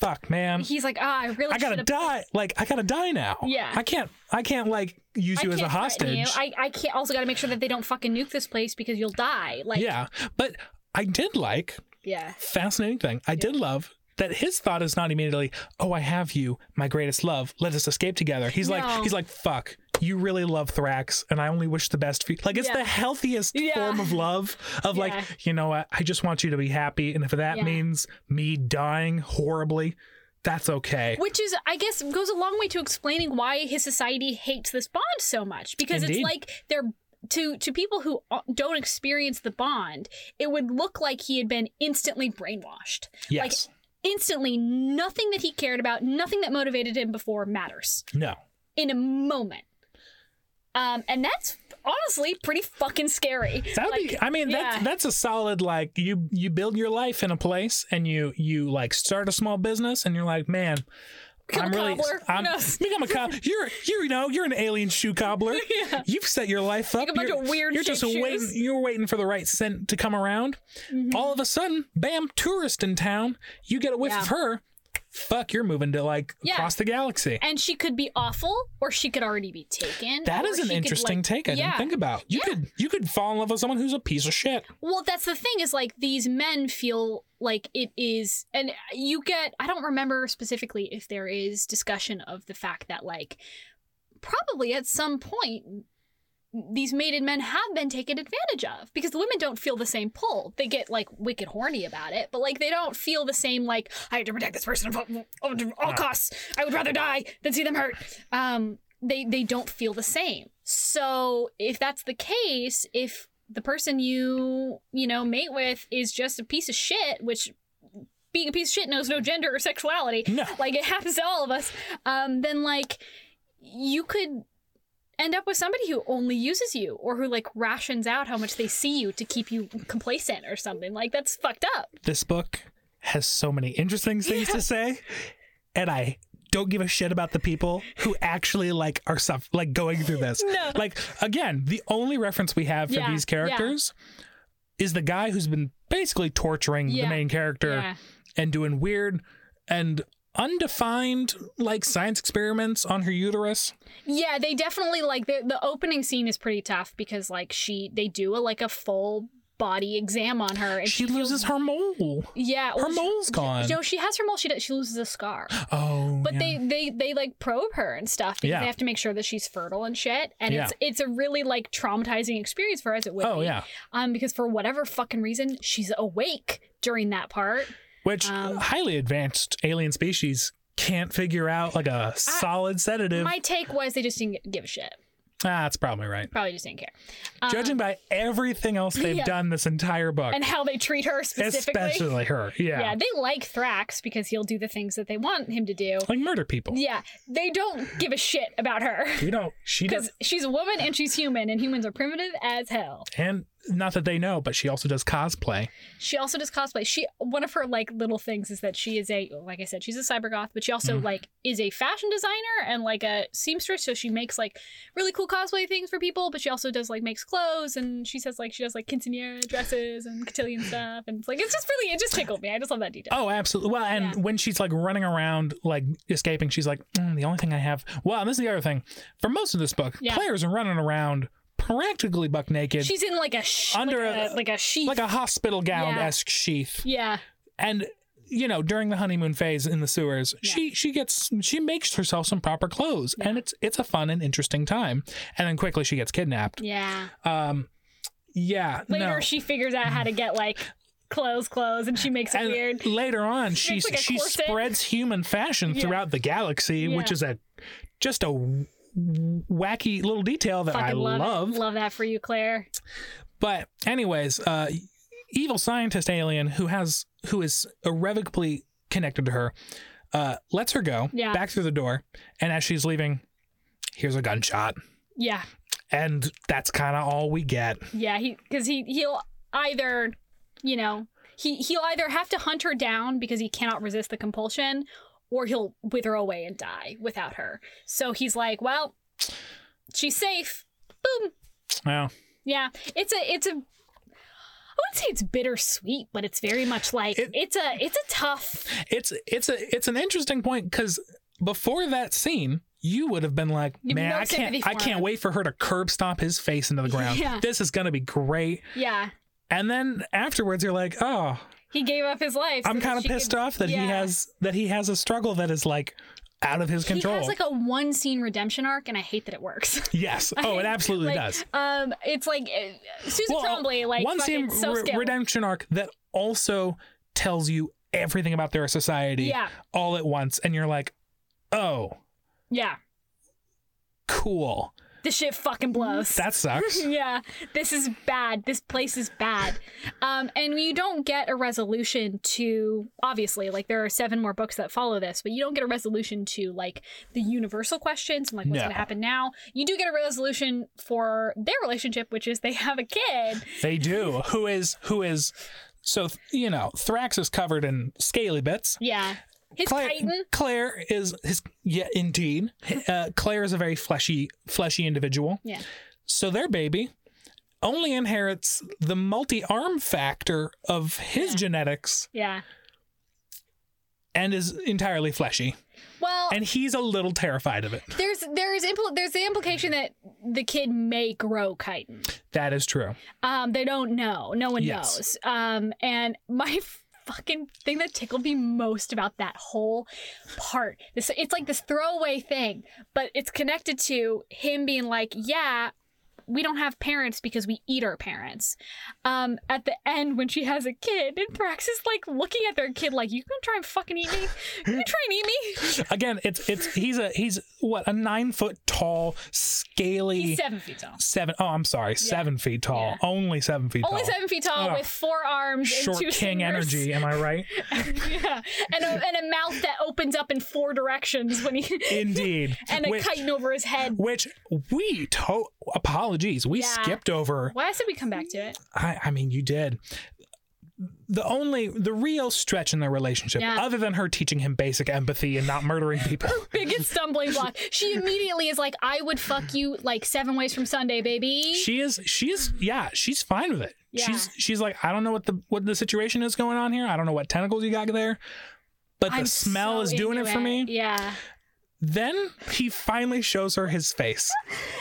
Speaker 1: fuck man
Speaker 2: He's like, ah, I really
Speaker 1: i gotta
Speaker 2: should've-
Speaker 1: die like i gotta die now
Speaker 2: Yeah.
Speaker 1: i can't i can't like use
Speaker 2: I
Speaker 1: you as a
Speaker 2: can't threaten you.
Speaker 1: hostage
Speaker 2: I, I can't also gotta make sure that they don't fucking nuke this place because you'll die. Like
Speaker 1: yeah but i did like
Speaker 2: yeah.
Speaker 1: fascinating thing i did love that his thought is not immediately oh i have you my greatest love let us escape together he's like
Speaker 2: No.
Speaker 1: he's like fuck you really love Thrax, and I only wish the best for you. Like it's
Speaker 2: Yeah.
Speaker 1: the healthiest
Speaker 2: Yeah.
Speaker 1: form of love. Of
Speaker 2: Yeah.
Speaker 1: like, you know what? I just want you to be happy, and if that
Speaker 2: Yeah.
Speaker 1: means me dying horribly, that's okay.
Speaker 2: Which is, I guess, goes a long way to explaining why his society hates this bond so much. Because
Speaker 1: Indeed.
Speaker 2: it's like they're to to people who don't experience the bond, it would look like he had been instantly brainwashed.
Speaker 1: yes.
Speaker 2: Instantly, nothing that he cared about, nothing that motivated him before matters
Speaker 1: no.
Speaker 2: in a moment. Um, and that's honestly pretty fucking scary.
Speaker 1: That would
Speaker 2: Like,
Speaker 1: be. I mean, that's
Speaker 2: yeah.
Speaker 1: that's a solid like you you build your life in a place and you you like start a small business and you're like, man,
Speaker 2: Become
Speaker 1: I'm
Speaker 2: a
Speaker 1: really
Speaker 2: cobbler. Who
Speaker 1: I'm
Speaker 2: knows?
Speaker 1: become a cobbler. You're you're you know you're an alien shoe cobbler.
Speaker 2: Yeah.
Speaker 1: You've set your life up.
Speaker 2: a bunch
Speaker 1: you're,
Speaker 2: of weird
Speaker 1: You're just
Speaker 2: shaped
Speaker 1: waiting.
Speaker 2: shoes. Mm-hmm.
Speaker 1: You're waiting for the right scent to come around. All of a sudden, bam! Tourist in town. You get a whiff
Speaker 2: Yeah.
Speaker 1: of her. Fuck, you're moving to like
Speaker 2: Yeah.
Speaker 1: across the galaxy.
Speaker 2: And she could be awful, or she could already be taken.
Speaker 1: That
Speaker 2: or
Speaker 1: is an
Speaker 2: she could,
Speaker 1: interesting
Speaker 2: like-
Speaker 1: take. I
Speaker 2: yeah.
Speaker 1: didn't think about. You
Speaker 2: Yeah.
Speaker 1: could you could fall in love with someone who's a piece of shit.
Speaker 2: Well, that's the thing is like these men feel like it is, and you get, I don't remember specifically if there is discussion of the fact that, like, probably at some point, these mated men have been taken advantage of because the women don't feel the same pull. They get like wicked horny about it, but like they don't feel the same, like, I have to protect this person from all all costs. I would rather die than see them hurt. Um, they they don't feel the same. So if that's the case, if the person you you know mate with is just a piece of shit, which being a piece of shit knows no gender or sexuality.
Speaker 1: No.
Speaker 2: Like it happens to all of us. Um, then like you could end up with somebody who only uses you or who like rations out how much they see you to keep you complacent or something. Like that's fucked up.
Speaker 1: This book has so many interesting things to say, and I don't give a shit about the people who actually like are suff- like going through this.
Speaker 2: No.
Speaker 1: Like again, the only reference we have for
Speaker 2: Yeah,
Speaker 1: these
Speaker 2: yeah.
Speaker 1: characters is the guy who's been basically torturing the
Speaker 2: Yeah,
Speaker 1: main character
Speaker 2: Yeah.
Speaker 1: and doing weird and undefined like science experiments on her uterus.
Speaker 2: Yeah, they definitely like the the opening scene is pretty tough because like she they do a like a full body exam on her and
Speaker 1: She
Speaker 2: feels-
Speaker 1: loses her mole.
Speaker 2: yeah
Speaker 1: Her
Speaker 2: well,
Speaker 1: mole's gone.
Speaker 2: Oh, she, no she has her mole she does, she loses a scar
Speaker 1: Oh,
Speaker 2: but
Speaker 1: yeah.
Speaker 2: they they they like probe her and stuff because
Speaker 1: Yeah.
Speaker 2: they have to make sure that she's fertile and shit and
Speaker 1: Yeah.
Speaker 2: it's it's a really like traumatizing experience for her as it would
Speaker 1: Oh
Speaker 2: be.
Speaker 1: yeah,
Speaker 2: um because for whatever fucking reason she's awake during that part
Speaker 1: which
Speaker 2: Um,
Speaker 1: highly advanced alien species can't figure out like a solid sedative.
Speaker 2: my take was they just didn't give a shit
Speaker 1: ah, that's probably right.
Speaker 2: probably just didn't care Um,
Speaker 1: Judging by everything else they've
Speaker 2: yeah.
Speaker 1: done this entire book,
Speaker 2: and how they treat her specifically
Speaker 1: especially her, yeah.
Speaker 2: yeah they like thrax because he'll do the things that they want him to do
Speaker 1: like murder people.
Speaker 2: yeah they don't give a shit about her
Speaker 1: We don't. She does,
Speaker 2: because she's a woman and she's human and humans are primitive as hell
Speaker 1: and not that they know, but she also does cosplay.
Speaker 2: She also does cosplay. She one of her like little things is that she is a like I said she's a cyber goth, but she also
Speaker 1: Mhm.
Speaker 2: like is a fashion designer and like a seamstress. So she makes like really cool cosplay things for people, but she also does like makes clothes and she says like she does like quinceanera dresses and cotillion stuff and it's like it's just really it just tickled me. I just love that detail.
Speaker 1: Oh, absolutely. Well, and
Speaker 2: Yeah.
Speaker 1: when she's like running around, like escaping, she's like, "Mm, the only thing I have. Well, and this is the other thing. For most of this book,
Speaker 2: Yeah.
Speaker 1: players are running around practically buck naked,
Speaker 2: she's in like a sh-
Speaker 1: Under
Speaker 2: like
Speaker 1: a-
Speaker 2: a, like a sheath.
Speaker 1: like a hospital gown esque sheath.
Speaker 2: yeah,
Speaker 1: and you know during the honeymoon phase in the sewers
Speaker 2: Yeah.
Speaker 1: she she gets she makes herself some proper clothes and
Speaker 2: Yeah.
Speaker 1: it's it's a fun and interesting time and then quickly she gets kidnapped
Speaker 2: yeah.
Speaker 1: um yeah
Speaker 2: Later
Speaker 1: no.
Speaker 2: she figures out how to get like clothes, clothes, and she makes it
Speaker 1: and
Speaker 2: weird.
Speaker 1: later on she
Speaker 2: makes, like, a
Speaker 1: she
Speaker 2: corset.
Speaker 1: spreads human fashion
Speaker 2: Yeah.
Speaker 1: throughout the galaxy which
Speaker 2: Yeah.
Speaker 1: is a just a w- wacky little detail that
Speaker 2: Fucking
Speaker 1: I
Speaker 2: love,
Speaker 1: love
Speaker 2: it. love that for you, Claire.
Speaker 1: But anyways, uh, evil scientist alien who has who is irrevocably connected to her uh, lets her go
Speaker 2: Yeah.
Speaker 1: back through the door, and as she's leaving, here's a gunshot,
Speaker 2: Yeah.
Speaker 1: and that's kind of all we get.
Speaker 2: Yeah, he because he he'll either you know he he'll either have to hunt her down because he cannot resist the compulsion, or he'll wither away and die without her. So he's like, well, she's safe. Boom.
Speaker 1: Well,
Speaker 2: Yeah, it's a it's a. I wouldn't say it's bittersweet, but it's very much like
Speaker 1: It-
Speaker 2: it's a it's a tough.
Speaker 1: it's it's a it's an interesting point because before that scene. You would have been like,
Speaker 2: You have
Speaker 1: man,
Speaker 2: no
Speaker 1: I
Speaker 2: sympathy
Speaker 1: can't, I
Speaker 2: for
Speaker 1: can't
Speaker 2: him."
Speaker 1: wait for her to curb stomp his face into the ground.
Speaker 2: Yeah.
Speaker 1: This is gonna be great.
Speaker 2: Yeah,
Speaker 1: And then afterwards, you're like, oh,
Speaker 2: he gave up his life. so
Speaker 1: I'm
Speaker 2: that
Speaker 1: kind of
Speaker 2: she could-
Speaker 1: pissed off that he
Speaker 2: yeah.
Speaker 1: has that he has a struggle that is like out of his control.
Speaker 2: He has like a one scene redemption arc, and I hate that it works.
Speaker 1: yes. Oh, it absolutely
Speaker 2: like,
Speaker 1: does.
Speaker 2: Um, it's like uh, Susan Trombley, like
Speaker 1: one scene
Speaker 2: fucking so
Speaker 1: re-
Speaker 2: skilled.
Speaker 1: redemption arc that also tells you everything about their society
Speaker 2: Yeah,
Speaker 1: all at once, and you're like, oh,
Speaker 2: yeah.
Speaker 1: cool.
Speaker 2: This shit fucking blows.
Speaker 1: That sucks.
Speaker 2: yeah, this is bad. This place is bad. Um, and you don't get a resolution to obviously like there are seven more books that follow this, but you don't get a resolution to like the universal questions and like what's
Speaker 1: No.
Speaker 2: gonna happen now. You do get a resolution for their relationship, which is they have a kid.
Speaker 1: they do. Who is who is so th- you know Thrax is covered in scaly bits.
Speaker 2: Yeah, his
Speaker 1: Claire,
Speaker 2: Titan.
Speaker 1: Claire is his yeah indeed. Uh, Claire is a very fleshy fleshy individual.
Speaker 2: Yeah.
Speaker 1: So their baby only inherits the multi-arm factor of his
Speaker 2: Yeah.
Speaker 1: genetics
Speaker 2: Yeah.
Speaker 1: and is entirely fleshy,
Speaker 2: Well,
Speaker 1: and he's a little terrified of it.
Speaker 2: there's there's impl- there's the implication that the kid may grow chitin.
Speaker 1: That is true.
Speaker 2: Um, they don't know. No one
Speaker 1: Yes.
Speaker 2: knows. Um, and my fucking thing that tickled me most about that whole part, this it's like this throwaway thing, but it's connected to him being like, yeah. we don't have parents because we eat our parents. Um, at the end when she has a kid and Prax is like looking at their kid like, You gonna try and fucking eat me? You gonna try and eat me?
Speaker 1: Again, it's it's he's a he's what a nine foot tall, scaly
Speaker 2: He's seven feet tall.
Speaker 1: seven. Oh, I'm sorry, seven feet tall. Only seven feet
Speaker 2: Only
Speaker 1: tall.
Speaker 2: seven feet tall
Speaker 1: Ugh.
Speaker 2: with four arms
Speaker 1: Short
Speaker 2: and two
Speaker 1: king
Speaker 2: fingers.
Speaker 1: energy. Am I right?
Speaker 2: yeah. And a, and a mouth that opens up in four directions when he
Speaker 1: Indeed.
Speaker 2: and a
Speaker 1: which,
Speaker 2: chitin over his head.
Speaker 1: which we to- apologies, we
Speaker 2: Yeah.
Speaker 1: skipped over.
Speaker 2: Why said we come back to it?
Speaker 1: I, I mean, you did. The only, the real stretch in their relationship,
Speaker 2: Yeah.
Speaker 1: other than her teaching him basic empathy and not murdering people,
Speaker 2: Biggest stumbling block. She immediately is like, I would fuck you like seven ways from Sunday, baby.
Speaker 1: she is, she is, yeah, she's fine with it.
Speaker 2: Yeah.
Speaker 1: She's, she's like, I don't know what the what the situation is going on here. I don't know what tentacles you got there, but the
Speaker 2: I'm
Speaker 1: smell
Speaker 2: so
Speaker 1: is doing it
Speaker 2: into
Speaker 1: for me.
Speaker 2: Yeah.
Speaker 1: Then he finally shows her his face.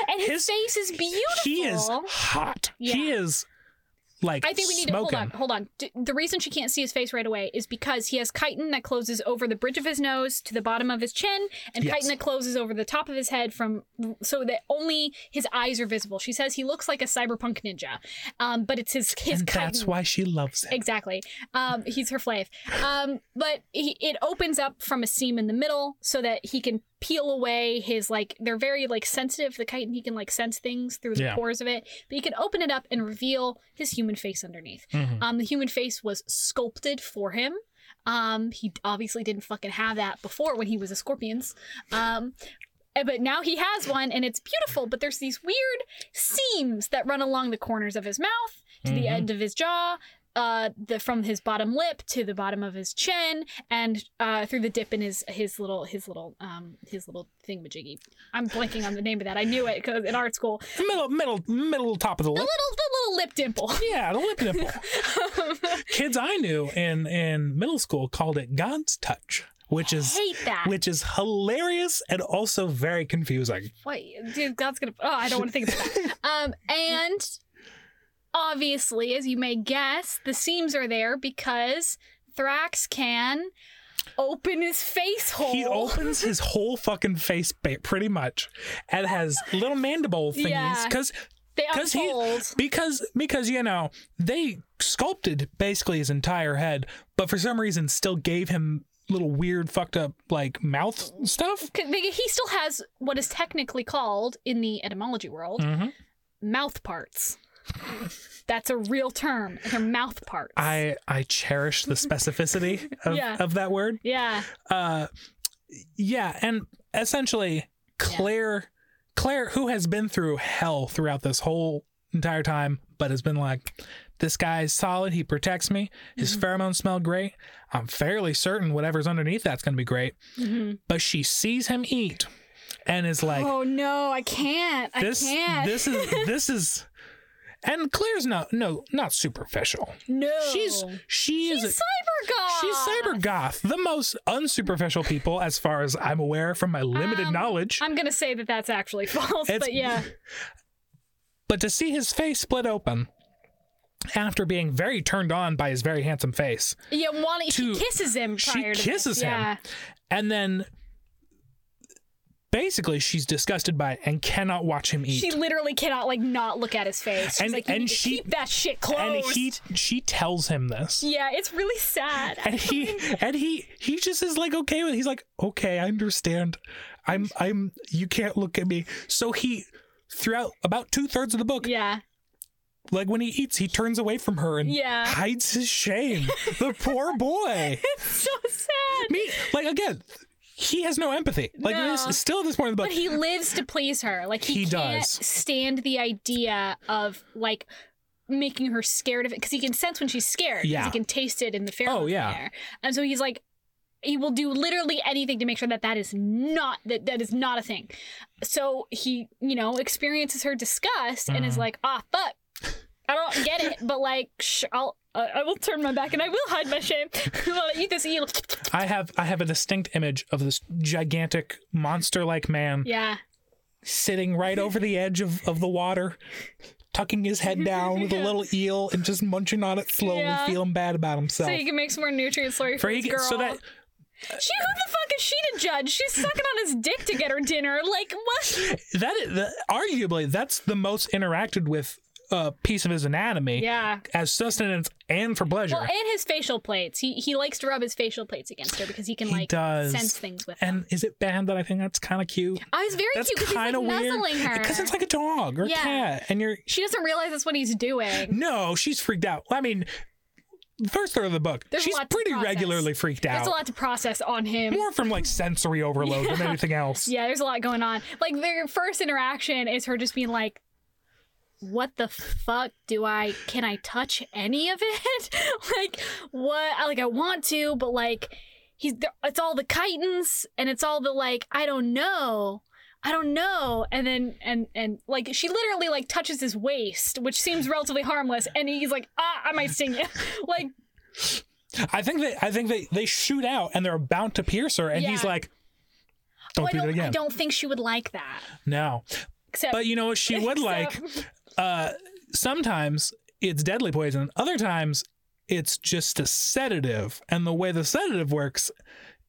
Speaker 2: And his,
Speaker 1: His-
Speaker 2: face is beautiful.
Speaker 1: He is hot. He
Speaker 2: Yeah.
Speaker 1: is like
Speaker 2: I think we need
Speaker 1: smoking.
Speaker 2: to hold on. Hold on. D- the reason she can't see his face right away is because he has chitin that closes over the bridge of his nose to the bottom of his chin, and
Speaker 1: Yes.
Speaker 2: chitin that closes over the top of his head from so that only his eyes are visible. She says he looks like a cyberpunk ninja, um, but it's his his
Speaker 1: and
Speaker 2: chitin.
Speaker 1: that's why she loves him.
Speaker 2: Exactly. Um, he's her flave. Um, but he, it opens up from a seam in the middle so that he can peel away his like they're very like sensitive the chitin he can like sense things through the
Speaker 1: Yeah.
Speaker 2: pores of it but he can open it up and reveal his human face underneath
Speaker 1: Mhm.
Speaker 2: um the human face was sculpted for him um he obviously didn't fucking have that before when he was a scorpions um eh, but now he has one and it's beautiful but there's these weird seams that run along the corners of his mouth to the
Speaker 1: Mhm.
Speaker 2: end of his jaw uh, the from his bottom lip to the bottom of his chin, and uh, through the dip in his his little his little um his little thingamajiggy. I'm blanking on the name of that. I knew it because in art school,
Speaker 1: Middle, middle, middle top of the
Speaker 2: the
Speaker 1: lip.
Speaker 2: little the little lip dimple.
Speaker 1: Yeah, the lip nipple. Kids I knew in in middle school called it God's touch, which is
Speaker 2: hate that.
Speaker 1: which is hilarious and also very confusing.
Speaker 2: What, dude? God's gonna. Oh, I don't want to think about that. Um, and obviously, as you may guess, the seams are there because Thrax can open his face hole.
Speaker 1: He opens his whole fucking face ba- pretty much, and has little mandible thingies
Speaker 2: Yeah.
Speaker 1: because
Speaker 2: they
Speaker 1: 'cause he-
Speaker 2: unfold.
Speaker 1: because because you know they sculpted basically his entire head, but for some reason still gave him little weird fucked up like mouth stuff.
Speaker 2: 'Cause they- He still has what is technically called in the etymology world
Speaker 1: Mm-hmm.
Speaker 2: mouth parts. That's a real term. They're mouth parts.
Speaker 1: I I cherish the specificity of,
Speaker 2: Yeah.
Speaker 1: of that word.
Speaker 2: yeah.
Speaker 1: uh yeah and essentially claire claire who has been through hell throughout this whole entire time but has been like this guy's solid he protects me his
Speaker 2: Mm-hmm.
Speaker 1: pheromones smell great i'm fairly certain whatever's underneath that's going to be great
Speaker 2: Mhm.
Speaker 1: but she sees him eat and is like
Speaker 2: oh no, I can't.
Speaker 1: this
Speaker 2: I can't.
Speaker 1: this is this is and claire's not no not superficial
Speaker 2: no.
Speaker 1: she's she is a-
Speaker 2: Oh. She's cyber goth.
Speaker 1: She's cyber goth, the most unsuperficial people, as far as I'm aware from my limited
Speaker 2: Um,
Speaker 1: knowledge.
Speaker 2: I'm gonna say that that's actually false,
Speaker 1: It's-
Speaker 2: but yeah,
Speaker 1: But to see his face split open after being very turned on by his very handsome face,
Speaker 2: yeah. Wally, she
Speaker 1: to-
Speaker 2: kisses him.
Speaker 1: she
Speaker 2: Prior to
Speaker 1: kisses
Speaker 2: this.
Speaker 1: him.
Speaker 2: Yeah.
Speaker 1: and then basically she's disgusted by it and cannot watch him eat.
Speaker 2: She literally cannot like not look at his face. She's
Speaker 1: And-
Speaker 2: like, you
Speaker 1: and
Speaker 2: need to
Speaker 1: she-
Speaker 2: keep that shit closed.
Speaker 1: and he she tells him this.
Speaker 2: yeah, it's really sad.
Speaker 1: And he and he he just is like okay with it. he's like okay I understand I'm I'm you can't look at me so he throughout about two thirds of the book
Speaker 2: yeah,
Speaker 1: like when he eats, he turns away from her and
Speaker 2: Yeah.
Speaker 1: hides his shame. the poor boy.
Speaker 2: so sad.
Speaker 1: Me, like again, he has no empathy. Like
Speaker 2: No.
Speaker 1: this, still at this point in the book,
Speaker 2: But he lives to please her. Like he,
Speaker 1: He
Speaker 2: can't
Speaker 1: does.
Speaker 2: stand the idea of like making her scared of it because he can sense when she's scared. 'cause
Speaker 1: Yeah.
Speaker 2: he can taste it in the pheromones.
Speaker 1: Oh, yeah.
Speaker 2: in there. and so he's like, he will do literally anything to make sure that that is not that that is not a thing. So he, you know, experiences her disgust and is
Speaker 1: Mhm.
Speaker 2: like, ah, fuck. I don't get it, but like, sh- I'll. uh, I I will turn my back and I will hide my shame. I'll eat this. Eat.
Speaker 1: I have I have a distinct image of this gigantic monster-like man
Speaker 2: Yeah.
Speaker 1: sitting right over the edge of, of the water, tucking his head down with a little eel and just munching on it slowly,
Speaker 2: Yeah.
Speaker 1: feeling bad about
Speaker 2: So
Speaker 1: himself.
Speaker 2: you can make some more nutrients for your
Speaker 1: Oh. For he
Speaker 2: girl.
Speaker 1: can- so that
Speaker 2: She who the fuck is she to judge? She's sucking on his dick to get her dinner. Like what?
Speaker 1: That is, that, arguably that's the most interacted with uh, piece of his anatomy
Speaker 2: Yeah.
Speaker 1: as sustenance and for pleasure.
Speaker 2: Well, and his facial plates. He he likes to rub his facial plates against her because he can
Speaker 1: He
Speaker 2: like
Speaker 1: does.
Speaker 2: sense things with them.
Speaker 1: and is it bad that I think that's kind of cute?
Speaker 2: I was very
Speaker 1: That's
Speaker 2: cute because he's like
Speaker 1: kind of
Speaker 2: nuzzling
Speaker 1: weird
Speaker 2: her.
Speaker 1: because it's like a dog or a
Speaker 2: Yeah.
Speaker 1: cat, and you're
Speaker 2: she doesn't realize that's what he's doing.
Speaker 1: no, she's freaked out. I mean, first third of the book,
Speaker 2: There's a
Speaker 1: she's
Speaker 2: lot to
Speaker 1: pretty
Speaker 2: process.
Speaker 1: regularly freaked
Speaker 2: There's
Speaker 1: out,
Speaker 2: a lot to process on him.
Speaker 1: more from like sensory overload than anything else.
Speaker 2: Yeah, there's a lot going on. Like their first interaction is her just being like, "What the fuck do I? Can I touch any of it? like what? I- Like I want to, but like he's it's all the chitons and it's all the like I don't know." I don't know, and then and and like she literally like touches his waist, which seems relatively harmless, and he's like, ah, I might sting you. like
Speaker 1: I think they, I think they, they shoot out and they're about to pierce her, and he's
Speaker 2: Yeah.
Speaker 1: like, "Don't
Speaker 2: well, I
Speaker 1: do
Speaker 2: don't,
Speaker 1: that
Speaker 2: I
Speaker 1: again."
Speaker 2: don't think she would like that.
Speaker 1: No,
Speaker 2: Except,
Speaker 1: but you know what she would like.
Speaker 2: except-
Speaker 1: Uh, sometimes it's deadly poison. Other times it's just a sedative, and the way the sedative works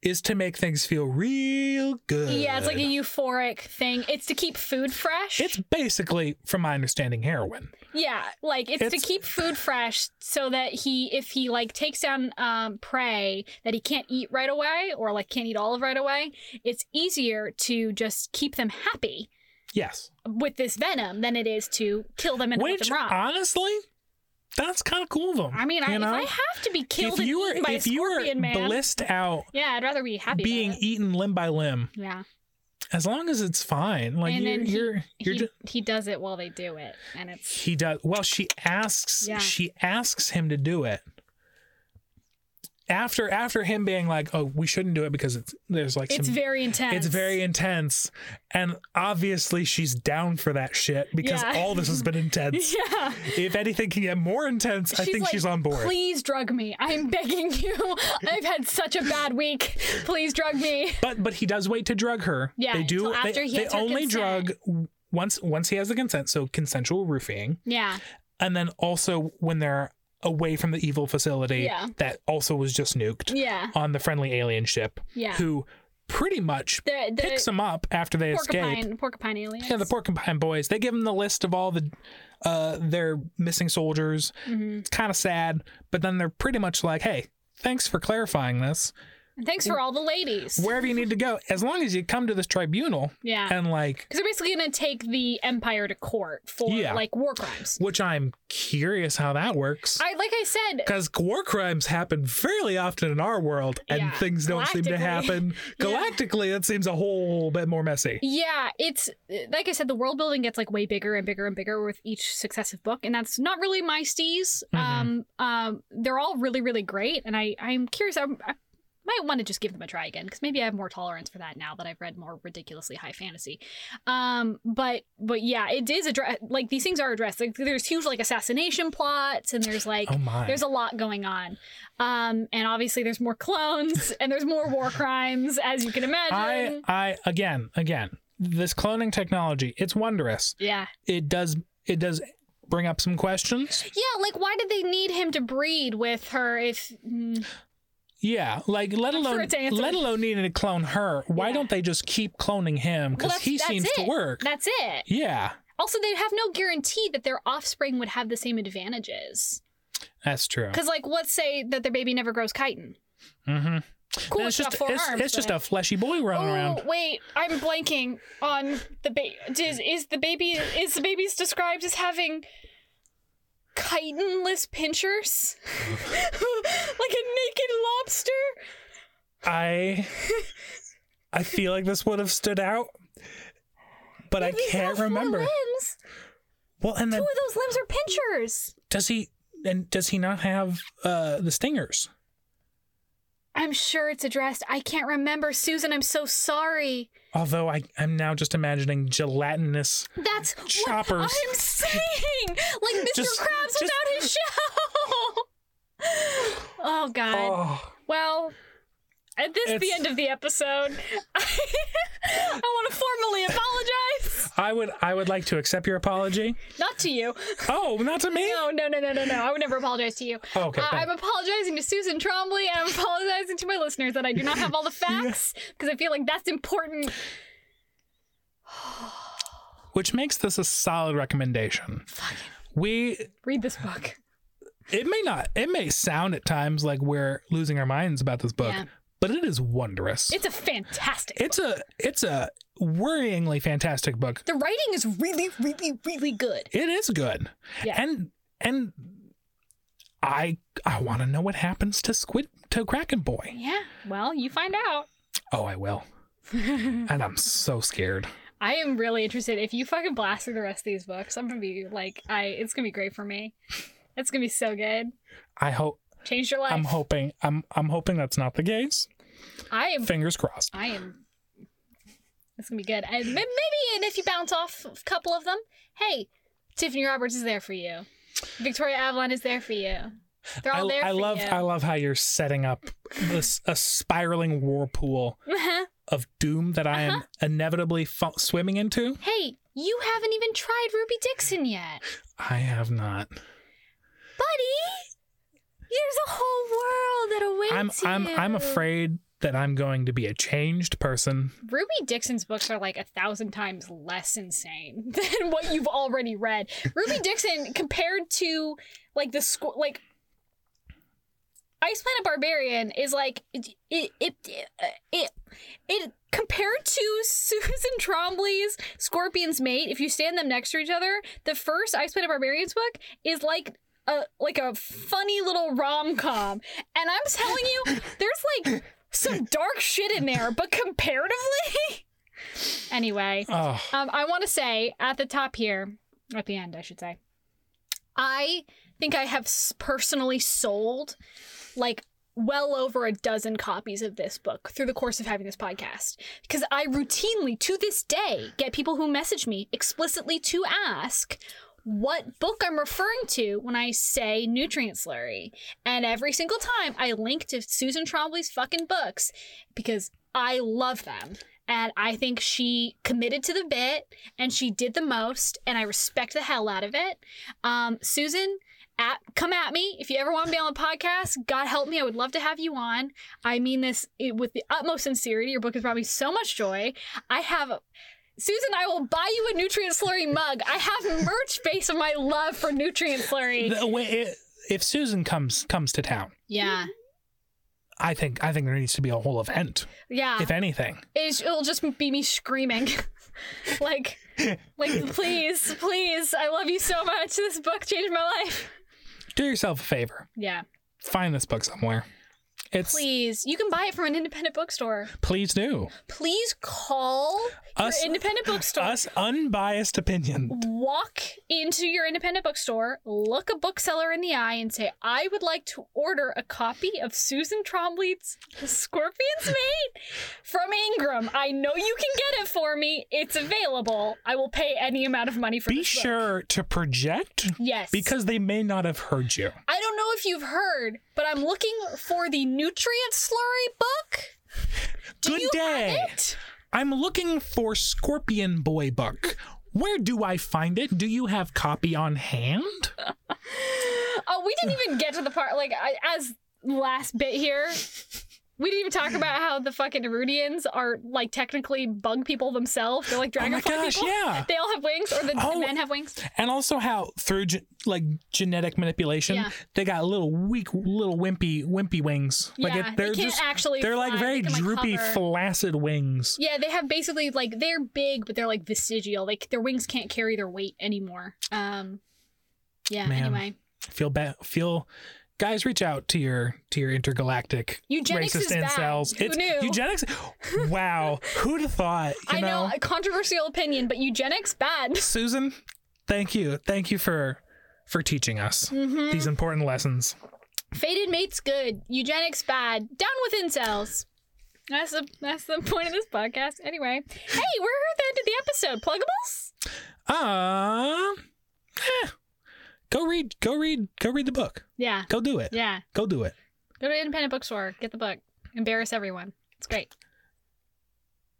Speaker 1: is to make things feel real good.
Speaker 2: Yeah, it's like a euphoric thing. It's to keep food fresh.
Speaker 1: It's basically, from my understanding, heroin.
Speaker 2: yeah, like it's,
Speaker 1: it's-
Speaker 2: to keep food fresh so that he, if he like takes down um, prey that he can't eat right away or like can't eat all of right away, it's easier to just keep them happy
Speaker 1: Yes,
Speaker 2: with this venom than it is to kill them and let
Speaker 1: which
Speaker 2: them raw.
Speaker 1: honestly, that's kind of cool of them.
Speaker 2: I mean, I,
Speaker 1: you
Speaker 2: if
Speaker 1: know?
Speaker 2: I have to be killed
Speaker 1: if you
Speaker 2: and
Speaker 1: were
Speaker 2: eaten by a
Speaker 1: if you were
Speaker 2: scorpion man,
Speaker 1: blissed out
Speaker 2: yeah, I'd rather be happy. about
Speaker 1: being
Speaker 2: it.
Speaker 1: eaten limb by limb,
Speaker 2: yeah,
Speaker 1: as long as it's fine, like
Speaker 2: And
Speaker 1: you're
Speaker 2: then he-
Speaker 1: you're, you're
Speaker 2: he,
Speaker 1: ju-
Speaker 2: he does it while they do it, and it's
Speaker 1: He does. Well, she asks.
Speaker 2: Yeah.
Speaker 1: She asks him to do it. After after him being like, "Oh, we shouldn't do it because it's there's like
Speaker 2: it's
Speaker 1: some."
Speaker 2: very intense.
Speaker 1: It's very intense, and obviously she's down for that shit because
Speaker 2: Yeah.
Speaker 1: all this has been intense.
Speaker 2: yeah.
Speaker 1: if anything can get more intense, I
Speaker 2: She's
Speaker 1: think
Speaker 2: like,
Speaker 1: she's on board.
Speaker 2: Please drug me. I'm begging you. I've had such a bad week. Please drug me.
Speaker 1: But but he does wait to drug her.
Speaker 2: Yeah,
Speaker 1: they do.
Speaker 2: until
Speaker 1: they-
Speaker 2: after he
Speaker 1: they
Speaker 2: has her
Speaker 1: only
Speaker 2: consent.
Speaker 1: drug w- once once he has the consent, so consensual roofing.
Speaker 2: Yeah.
Speaker 1: and then also when they're away from the evil facility
Speaker 2: Yeah.
Speaker 1: that also was just nuked
Speaker 2: Yeah.
Speaker 1: on the friendly alien ship
Speaker 2: Yeah.
Speaker 1: who pretty much
Speaker 2: The, the
Speaker 1: picks them up after they
Speaker 2: porcupine,
Speaker 1: escape
Speaker 2: porcupine alien.
Speaker 1: yeah the porcupine boys they give them the list of all the uh their missing soldiers
Speaker 2: Mm-hmm.
Speaker 1: it's kind of sad but then they're pretty much like hey thanks for clarifying this
Speaker 2: Thanks for all the ladies.
Speaker 1: wherever you need to go as long as you come to this tribunal
Speaker 2: Yeah.
Speaker 1: and like
Speaker 2: Because they're basically going to take the empire to court for
Speaker 1: Yeah.
Speaker 2: like war crimes.
Speaker 1: which i'm curious how that works
Speaker 2: I like I said,
Speaker 1: because war crimes happen fairly often in our world and
Speaker 2: Yeah.
Speaker 1: things don't seem to
Speaker 2: Galactically.
Speaker 1: happen
Speaker 2: Yeah.
Speaker 1: galactically that seems a whole bit more messy
Speaker 2: Yeah, it's like I said, the world building gets like way bigger and bigger and bigger with each successive book, and that's not really my steez.
Speaker 1: Mhm.
Speaker 2: Um, um, they're all really, really great, and I, I'm curious. I, I might want to just give them a try again because maybe I have more tolerance for that now that I've read more ridiculously high fantasy. Um, but, but yeah, it is addressed. Like these things are addressed. Like there's huge like assassination plots, and there's like.
Speaker 1: oh my
Speaker 2: There's a lot going on. Um, and obviously, there's more clones and there's more war crimes, as you can
Speaker 1: i
Speaker 2: imagine.
Speaker 1: i again again this cloning technology it's wondrous
Speaker 2: yeah.
Speaker 1: it does it does bring up some questions
Speaker 2: Yeah, like why did they need him to breed with her if mm,
Speaker 1: yeah like let
Speaker 2: I'm sure
Speaker 1: alone
Speaker 2: it's answered.
Speaker 1: let alone needing to clone her why
Speaker 2: Yeah.
Speaker 1: don't they just keep cloning him because
Speaker 2: that's-
Speaker 1: he
Speaker 2: that's
Speaker 1: seems to
Speaker 2: it.
Speaker 1: work
Speaker 2: that's it?
Speaker 1: yeah
Speaker 2: Also, they'd have no guarantee that their offspring would have the same advantages.
Speaker 1: that's true
Speaker 2: Because, like, let's say that their baby never grows chitin.
Speaker 1: mm-hmm.
Speaker 2: Cool,
Speaker 1: it's
Speaker 2: it's,
Speaker 1: just
Speaker 2: got four
Speaker 1: it's,
Speaker 2: arms.
Speaker 1: it's just
Speaker 2: but-
Speaker 1: a fleshy boy running around
Speaker 2: Oh wait, I'm blanking on the baby. Is, is the baby is the baby's described as having chitinless pinchers, like a naked lobster?
Speaker 1: I I feel like this would have stood out, but I
Speaker 2: Baby's got
Speaker 1: can't
Speaker 2: four
Speaker 1: remember.
Speaker 2: Limbs.
Speaker 1: Well, and
Speaker 2: Two
Speaker 1: then
Speaker 2: of those limbs are pinchers.
Speaker 1: does he and does he not have uh the stingers?
Speaker 2: I'm sure it's addressed. I can't remember, Susan. I'm so sorry.
Speaker 1: Although I I'm now just imagining gelatinous.
Speaker 2: That's
Speaker 1: Choppers.
Speaker 2: what I'm saying. Like Mr.
Speaker 1: Just-
Speaker 2: Krabs
Speaker 1: just-
Speaker 2: without his shell. oh God.
Speaker 1: Oh,
Speaker 2: Well, at this is the
Speaker 1: It's-
Speaker 2: end of the episode. I, I want to formally apologize.
Speaker 1: I would I would like to accept your apology.
Speaker 2: Not to you.
Speaker 1: Oh, not to me.
Speaker 2: No, no, no, no, no, no. I would never apologize to you.
Speaker 1: Oh, okay.
Speaker 2: Uh,
Speaker 1: thank-
Speaker 2: I'm apologizing to Susan Trombley and I'm apologizing to my listeners that I do not have all the facts because I feel like that's important.
Speaker 1: Which makes this a solid recommendation. We
Speaker 2: Read this book.
Speaker 1: it may not it may sound at times like we're losing our minds about this book,
Speaker 2: Yeah.
Speaker 1: but it is wondrous.
Speaker 2: It's a fantastic.
Speaker 1: it's a it's a worryingly fantastic book.
Speaker 2: the writing is really, really, really good.
Speaker 1: It is good.
Speaker 2: Yeah.
Speaker 1: And and I I want to know what happens to Squid to Kraken Boy.
Speaker 2: Yeah. Well, you find out.
Speaker 1: Oh, I will. and I'm so scared.
Speaker 2: I am really interested. If you fucking blast through the rest of these books, I'm gonna be like, I. It's gonna be great for me. It's gonna be so good.
Speaker 1: I hope
Speaker 2: Change your life.
Speaker 1: I'm hoping I'm I'm hoping that's not the case.
Speaker 2: I am.
Speaker 1: Fingers crossed.
Speaker 2: I am. It's gonna be good. And ma- maybe, and if you bounce off a couple of them, hey, Tiffany Roberts is there for you. Victoria Avalon is there for you. They're all
Speaker 1: I,
Speaker 2: there
Speaker 1: I
Speaker 2: for
Speaker 1: love
Speaker 2: you.
Speaker 1: I love how you're setting up this a spiraling whirlpool
Speaker 2: Uh-huh.
Speaker 1: of doom that I am inevitably fa- swimming into.
Speaker 2: hey, you haven't even tried Ruby Dixon yet,
Speaker 1: I have not.
Speaker 2: buddy. There's a whole world that
Speaker 1: I'm
Speaker 2: awaits
Speaker 1: I'm
Speaker 2: you.
Speaker 1: I'm afraid that I'm going to be a changed person.
Speaker 2: Ruby Dixon's books are like a thousand times less insane than what you've already read. Ruby Dixon compared to like the score, like Ice Planet Barbarian is like it it it it, it compared to Susan Trombley's Scorpion's Mate. If you stand them next to each other, the first Ice Planet Barbarian's book is like. A, like a funny little rom com. And I'm telling you, there's like some dark shit in there, but comparatively. anyway,
Speaker 1: Oh,
Speaker 2: um, I want to say at the top here, at the end, I should say, I think I have s- personally sold like well over a dozen copies of this book through the course of having this podcast because I routinely to this day get people who message me explicitly to ask what book I'm referring to when I say nutrient slurry. And every single time I link to Susan Trombley's fucking books because I love them. And I think she committed to the bit and she did the most, and I respect the hell out of it. Um, Susan, at, come at me. If you ever want to be on the podcast, God help me, I would love to have you on. I mean this it- with the utmost sincerity. Your book has brought me so much joy. I have. Susan, I will buy you a nutrient slurry mug. I have merch based on my love for nutrient slurry.
Speaker 1: The way it- if Susan comes comes to town,
Speaker 2: Yeah.
Speaker 1: I think I think there needs to be a whole event,
Speaker 2: Yeah.
Speaker 1: if anything.
Speaker 2: It's, it'll just be me screaming, like, like please, please, I love you so much. This book changed my life.
Speaker 1: Do yourself a favor.
Speaker 2: Yeah,
Speaker 1: Find this book somewhere. It's please,
Speaker 2: please, you can buy it from an independent bookstore.
Speaker 1: do
Speaker 2: Please call
Speaker 1: Us-
Speaker 2: your independent bookstore.
Speaker 1: us unbiased opinion.
Speaker 2: Walk into your independent bookstore, look a bookseller in the eye, and say, "I would like to order a copy of Susan Trombley's The Scorpion's Mate from Ingram. I know you can get it for me. It's available. I will pay any amount of money for
Speaker 1: Be
Speaker 2: this book."
Speaker 1: sure to project
Speaker 2: Yes.
Speaker 1: because they may not have heard you.
Speaker 2: I don't know if you've heard, but I'm looking for the nutrient slurry book. Do
Speaker 1: Good
Speaker 2: you
Speaker 1: day.
Speaker 2: have it?
Speaker 1: I'm looking for Scorpion Boy book. Where do I find it? Do you have copy on hand?
Speaker 2: Oh, we didn't even get to the part like I, as last bit here. We didn't even talk about how the fucking Erudians are like technically bug people themselves. They're like
Speaker 1: Oh my
Speaker 2: dragonfly
Speaker 1: gosh,
Speaker 2: people.
Speaker 1: yeah.
Speaker 2: They all have wings, or the, the
Speaker 1: Oh.
Speaker 2: men have wings.
Speaker 1: And also how through ge- like genetic manipulation,
Speaker 2: Yeah.
Speaker 1: they got little weak, little wimpy, wimpy wings. like
Speaker 2: yeah,
Speaker 1: they're
Speaker 2: they can't
Speaker 1: just
Speaker 2: actually.
Speaker 1: they're like
Speaker 2: fly.
Speaker 1: very
Speaker 2: They can,
Speaker 1: droopy,
Speaker 2: hover.
Speaker 1: flaccid wings.
Speaker 2: yeah, they have basically like they're big, but they're like vestigial. Like their wings can't carry their weight anymore. Um, yeah.
Speaker 1: Man.
Speaker 2: Anyway,
Speaker 1: Feel bad. Feel. Guys, reach out to your to your intergalactic
Speaker 2: Eugenics
Speaker 1: racist
Speaker 2: is bad.
Speaker 1: incels.
Speaker 2: Who
Speaker 1: it's
Speaker 2: knew?
Speaker 1: eugenics. Wow, who'd have thought? You
Speaker 2: I know a controversial opinion, but eugenics bad.
Speaker 1: Susan, thank you. Thank you for for teaching us
Speaker 2: Mhm.
Speaker 1: these important lessons.
Speaker 2: Faded mates good, eugenics bad. Down with incels. That's the that's the point of this podcast. Anyway, hey, we're here at the end of the episode. Pluggables.
Speaker 1: Um eh. Go read go read go read the book.
Speaker 2: Yeah,
Speaker 1: Go do it.
Speaker 2: yeah.
Speaker 1: Go do it.
Speaker 2: Go to an independent bookstore, get the book, embarrass everyone. It's great.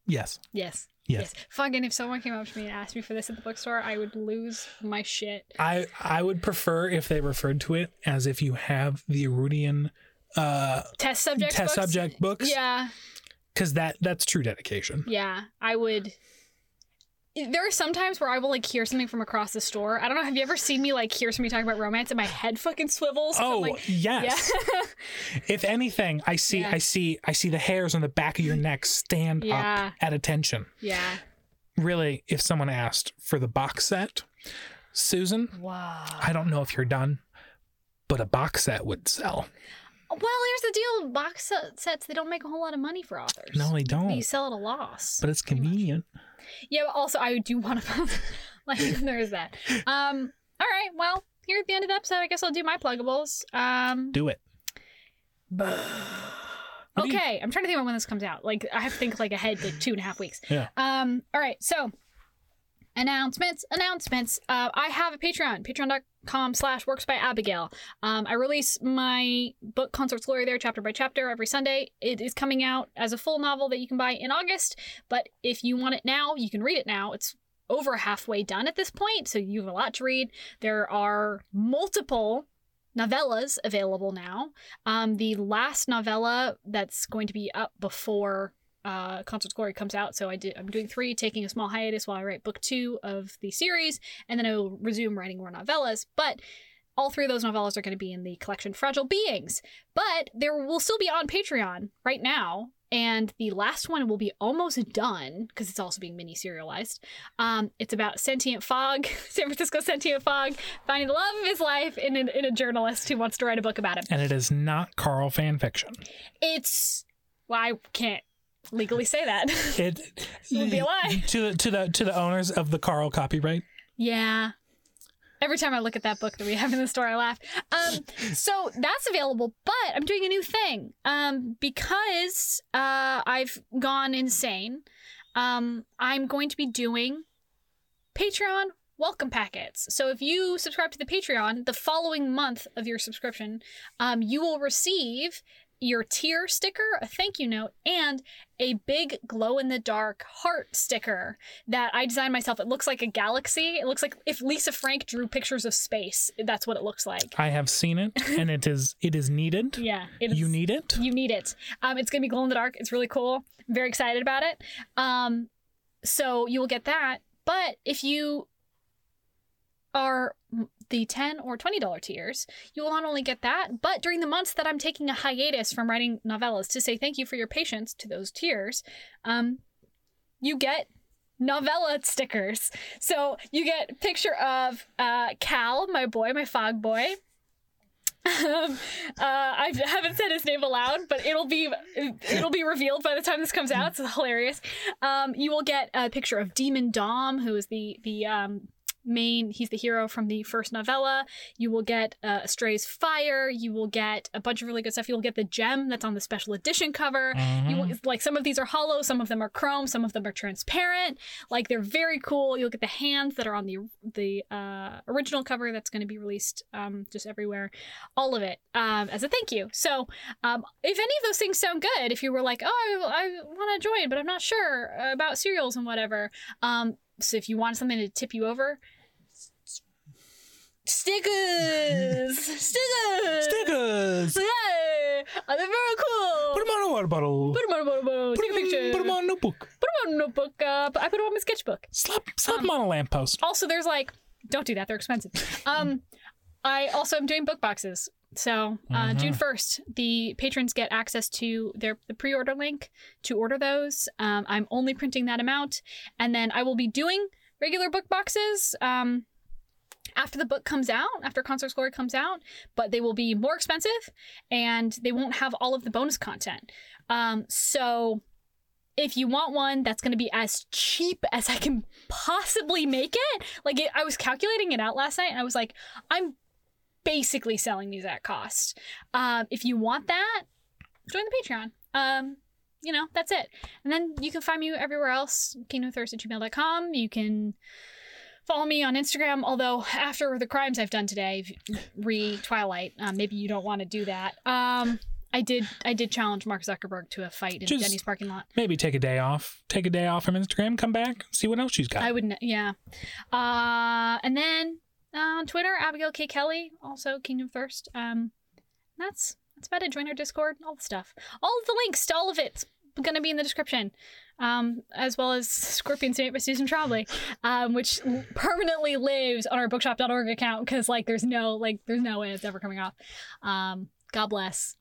Speaker 1: Yes.
Speaker 2: Yes.
Speaker 1: Yes.
Speaker 2: Fucking if someone came up to me and asked me for this at the bookstore, I would lose my shit.
Speaker 1: I I would prefer if they referred to it as if you have the Erudian uh,
Speaker 2: Test subject.
Speaker 1: test
Speaker 2: books?
Speaker 1: subject books,
Speaker 2: Yeah,
Speaker 1: because that that's true dedication.
Speaker 2: yeah. I would. There are some times where I will like hear something from across the store. I don't know. Have you ever seen me like hear somebody talking about romance and my head fucking swivels? I'm
Speaker 1: Oh
Speaker 2: like,
Speaker 1: yes.
Speaker 2: yeah,
Speaker 1: If anything, I see
Speaker 2: Yeah.
Speaker 1: I see I see the hairs on the back of your neck stand
Speaker 2: Yeah.
Speaker 1: up at attention.
Speaker 2: yeah.
Speaker 1: Really, if someone asked for the box set, Susan,
Speaker 2: Wow.
Speaker 1: I don't know if you're done, but a box set would sell.
Speaker 2: Well, here's the deal: box set- sets they don't make a whole lot of money for authors.
Speaker 1: No, they don't.
Speaker 2: you sell at a loss.
Speaker 1: but it's convenient.
Speaker 2: Yeah, but also I do want to like there's that. Um all right, well, here at the end of the episode, I guess I'll do my pluggables. Um
Speaker 1: Do it. What do you-
Speaker 2: Okay, I'm trying to think about when this comes out. Like I have to think like ahead like two and a half weeks.
Speaker 1: Yeah.
Speaker 2: Um all right, so announcements announcements uh, i have a patreon patreon.com slash works by abigail um, i release my book consort's glory there chapter by chapter every sunday it is coming out as a full novel that you can buy in august but if you want it now you can read it now it's over halfway done at this point so you have a lot to read there are multiple novellas available now um, the last novella that's going to be up before uh, Concert's Glory comes out. So I do, I'm doing three, taking a small hiatus while I write book two of the series, and then I will resume writing more novellas. But all three of those novellas are going to be in the collection Fragile Beings. But there will still be on Patreon right now. And the last one will be almost done because it's also being mini serialized. Um, it's about sentient fog, San Francisco sentient fog, finding the love of his life in, an, in a journalist who wants to write a book about him.
Speaker 1: And it is not Carl fan fiction.
Speaker 2: It's well, I can't legally say that.
Speaker 1: It
Speaker 2: Would be a lie.
Speaker 1: to the to the to the owners of the Carl copyright.
Speaker 2: yeah. Every time I look at that book that we have in the store, I laugh. Um, so that's available, but I'm doing a new thing um, because uh, I've gone insane. Um, I'm going to be doing Patreon welcome packets. So if you subscribe to the Patreon, the following month of your subscription, um, you will receive your tier sticker, a thank you note, and a big glow in the dark heart sticker that I designed myself. It looks like a galaxy. It looks like if Lisa Frank drew pictures of space, that's what it looks like.
Speaker 1: I have seen it, and it is it is needed.
Speaker 2: Yeah, it
Speaker 1: You need it.
Speaker 2: you need it. Um, it's gonna be glow in the dark. It's really cool. I'm very excited about it. Um, so you will get that. But if you are the ten or twenty dollar tiers, you will not only get that, but during the months that I'm taking a hiatus from writing novellas to say thank you for your patience to those tiers, um, you get novella stickers. So you get picture of uh, Cal, my boy, my fog boy. Um, uh, I haven't said his name aloud, but it'll be it'll be revealed by the time this comes out. It's hilarious. Um, you will get a picture of Demon Dom, who is the the um, main. He's the hero from the first novella. You will get uh, Stray's Fire. You will get a bunch of really good stuff. You will get the gem that's on the special edition cover. You
Speaker 1: Mhm.
Speaker 2: will, like some of these are hollow, some of them are chrome, some of them are transparent. Like they're very cool. You'll get the hands that are on the the uh, original cover that's going to be released um, just everywhere, all of it um, as a thank you. So um, if any of those things sound good, if you were like, oh, I, I want to join, but I'm not sure about cereals and whatever. Um, so if you want something to tip you over. Stickers, stickers,
Speaker 1: Mm-hmm. Stickers.
Speaker 2: Yay! Are they very cool?
Speaker 1: Put them on a water bottle.
Speaker 2: Put 'em on a photo.
Speaker 1: Put
Speaker 2: Take a picture.
Speaker 1: them, put them on a notebook.
Speaker 2: Put 'em on a notebook. Uh, I put them on my sketchbook.
Speaker 1: Slap, slap them on a lamppost.
Speaker 2: Also, there's like, don't do that. They're expensive. Um, I also am doing book boxes. So uh,
Speaker 1: Mhm.
Speaker 2: June first, the patrons get access to their the pre-order link to order those. Um, I'm only printing that amount, and then I will be doing regular book boxes. Um, after the book comes out, after Concert Glory comes out, but they will be more expensive, and they won't have all of the bonus content. Um, so if you want one that's going to be as cheap as I can possibly make it, like it, I was calculating it out last night and I was like, I'm basically selling these at cost. Um, if you want that, join the Patreon. Um, you know, that's it. And then you can find me everywhere else, kingdomthirst at gmail.com. You can follow me on Instagram, although after the crimes I've done today, re Twilight, um, maybe you don't want to do that. Um, I did. I did challenge Mark Zuckerberg to a fight in
Speaker 1: Just-
Speaker 2: Denny's parking lot.
Speaker 1: Maybe take a day off. Take a day off from Instagram. Come back. See what else she's got.
Speaker 2: I would. not Yeah. Uh, and then uh, on Twitter, Abigail K Kelly, also Kingdom First. Um, that's that's about it. Join our Discord. All the stuff. All of the links to all of it's gonna be in the description. Um, as well as Scorpion Saint by Susan Trombley, um, which permanently lives on our bookshop.org account because like there's no like there's no way it's ever coming off. Um, God bless.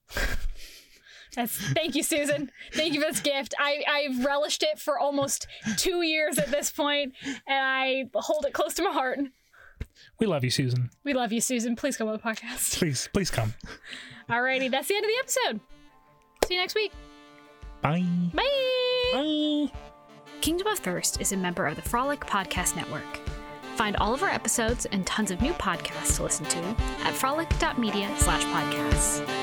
Speaker 2: That's, thank you, Susan. Thank you for this gift. I, I've relished it for almost two years at this point, and I hold it close to my heart.
Speaker 1: we love you, Susan.
Speaker 2: We love you, Susan. Please come on the podcast.
Speaker 1: Please, please come.
Speaker 2: Alrighty, that's the end of the episode. See you next week.
Speaker 1: Bye.
Speaker 2: Bye.
Speaker 1: Bye.
Speaker 2: Kingdom of Thirst is a member of the Frolic Podcast Network. Find all of our episodes and tons of new podcasts to listen to at frolic.media slash podcasts.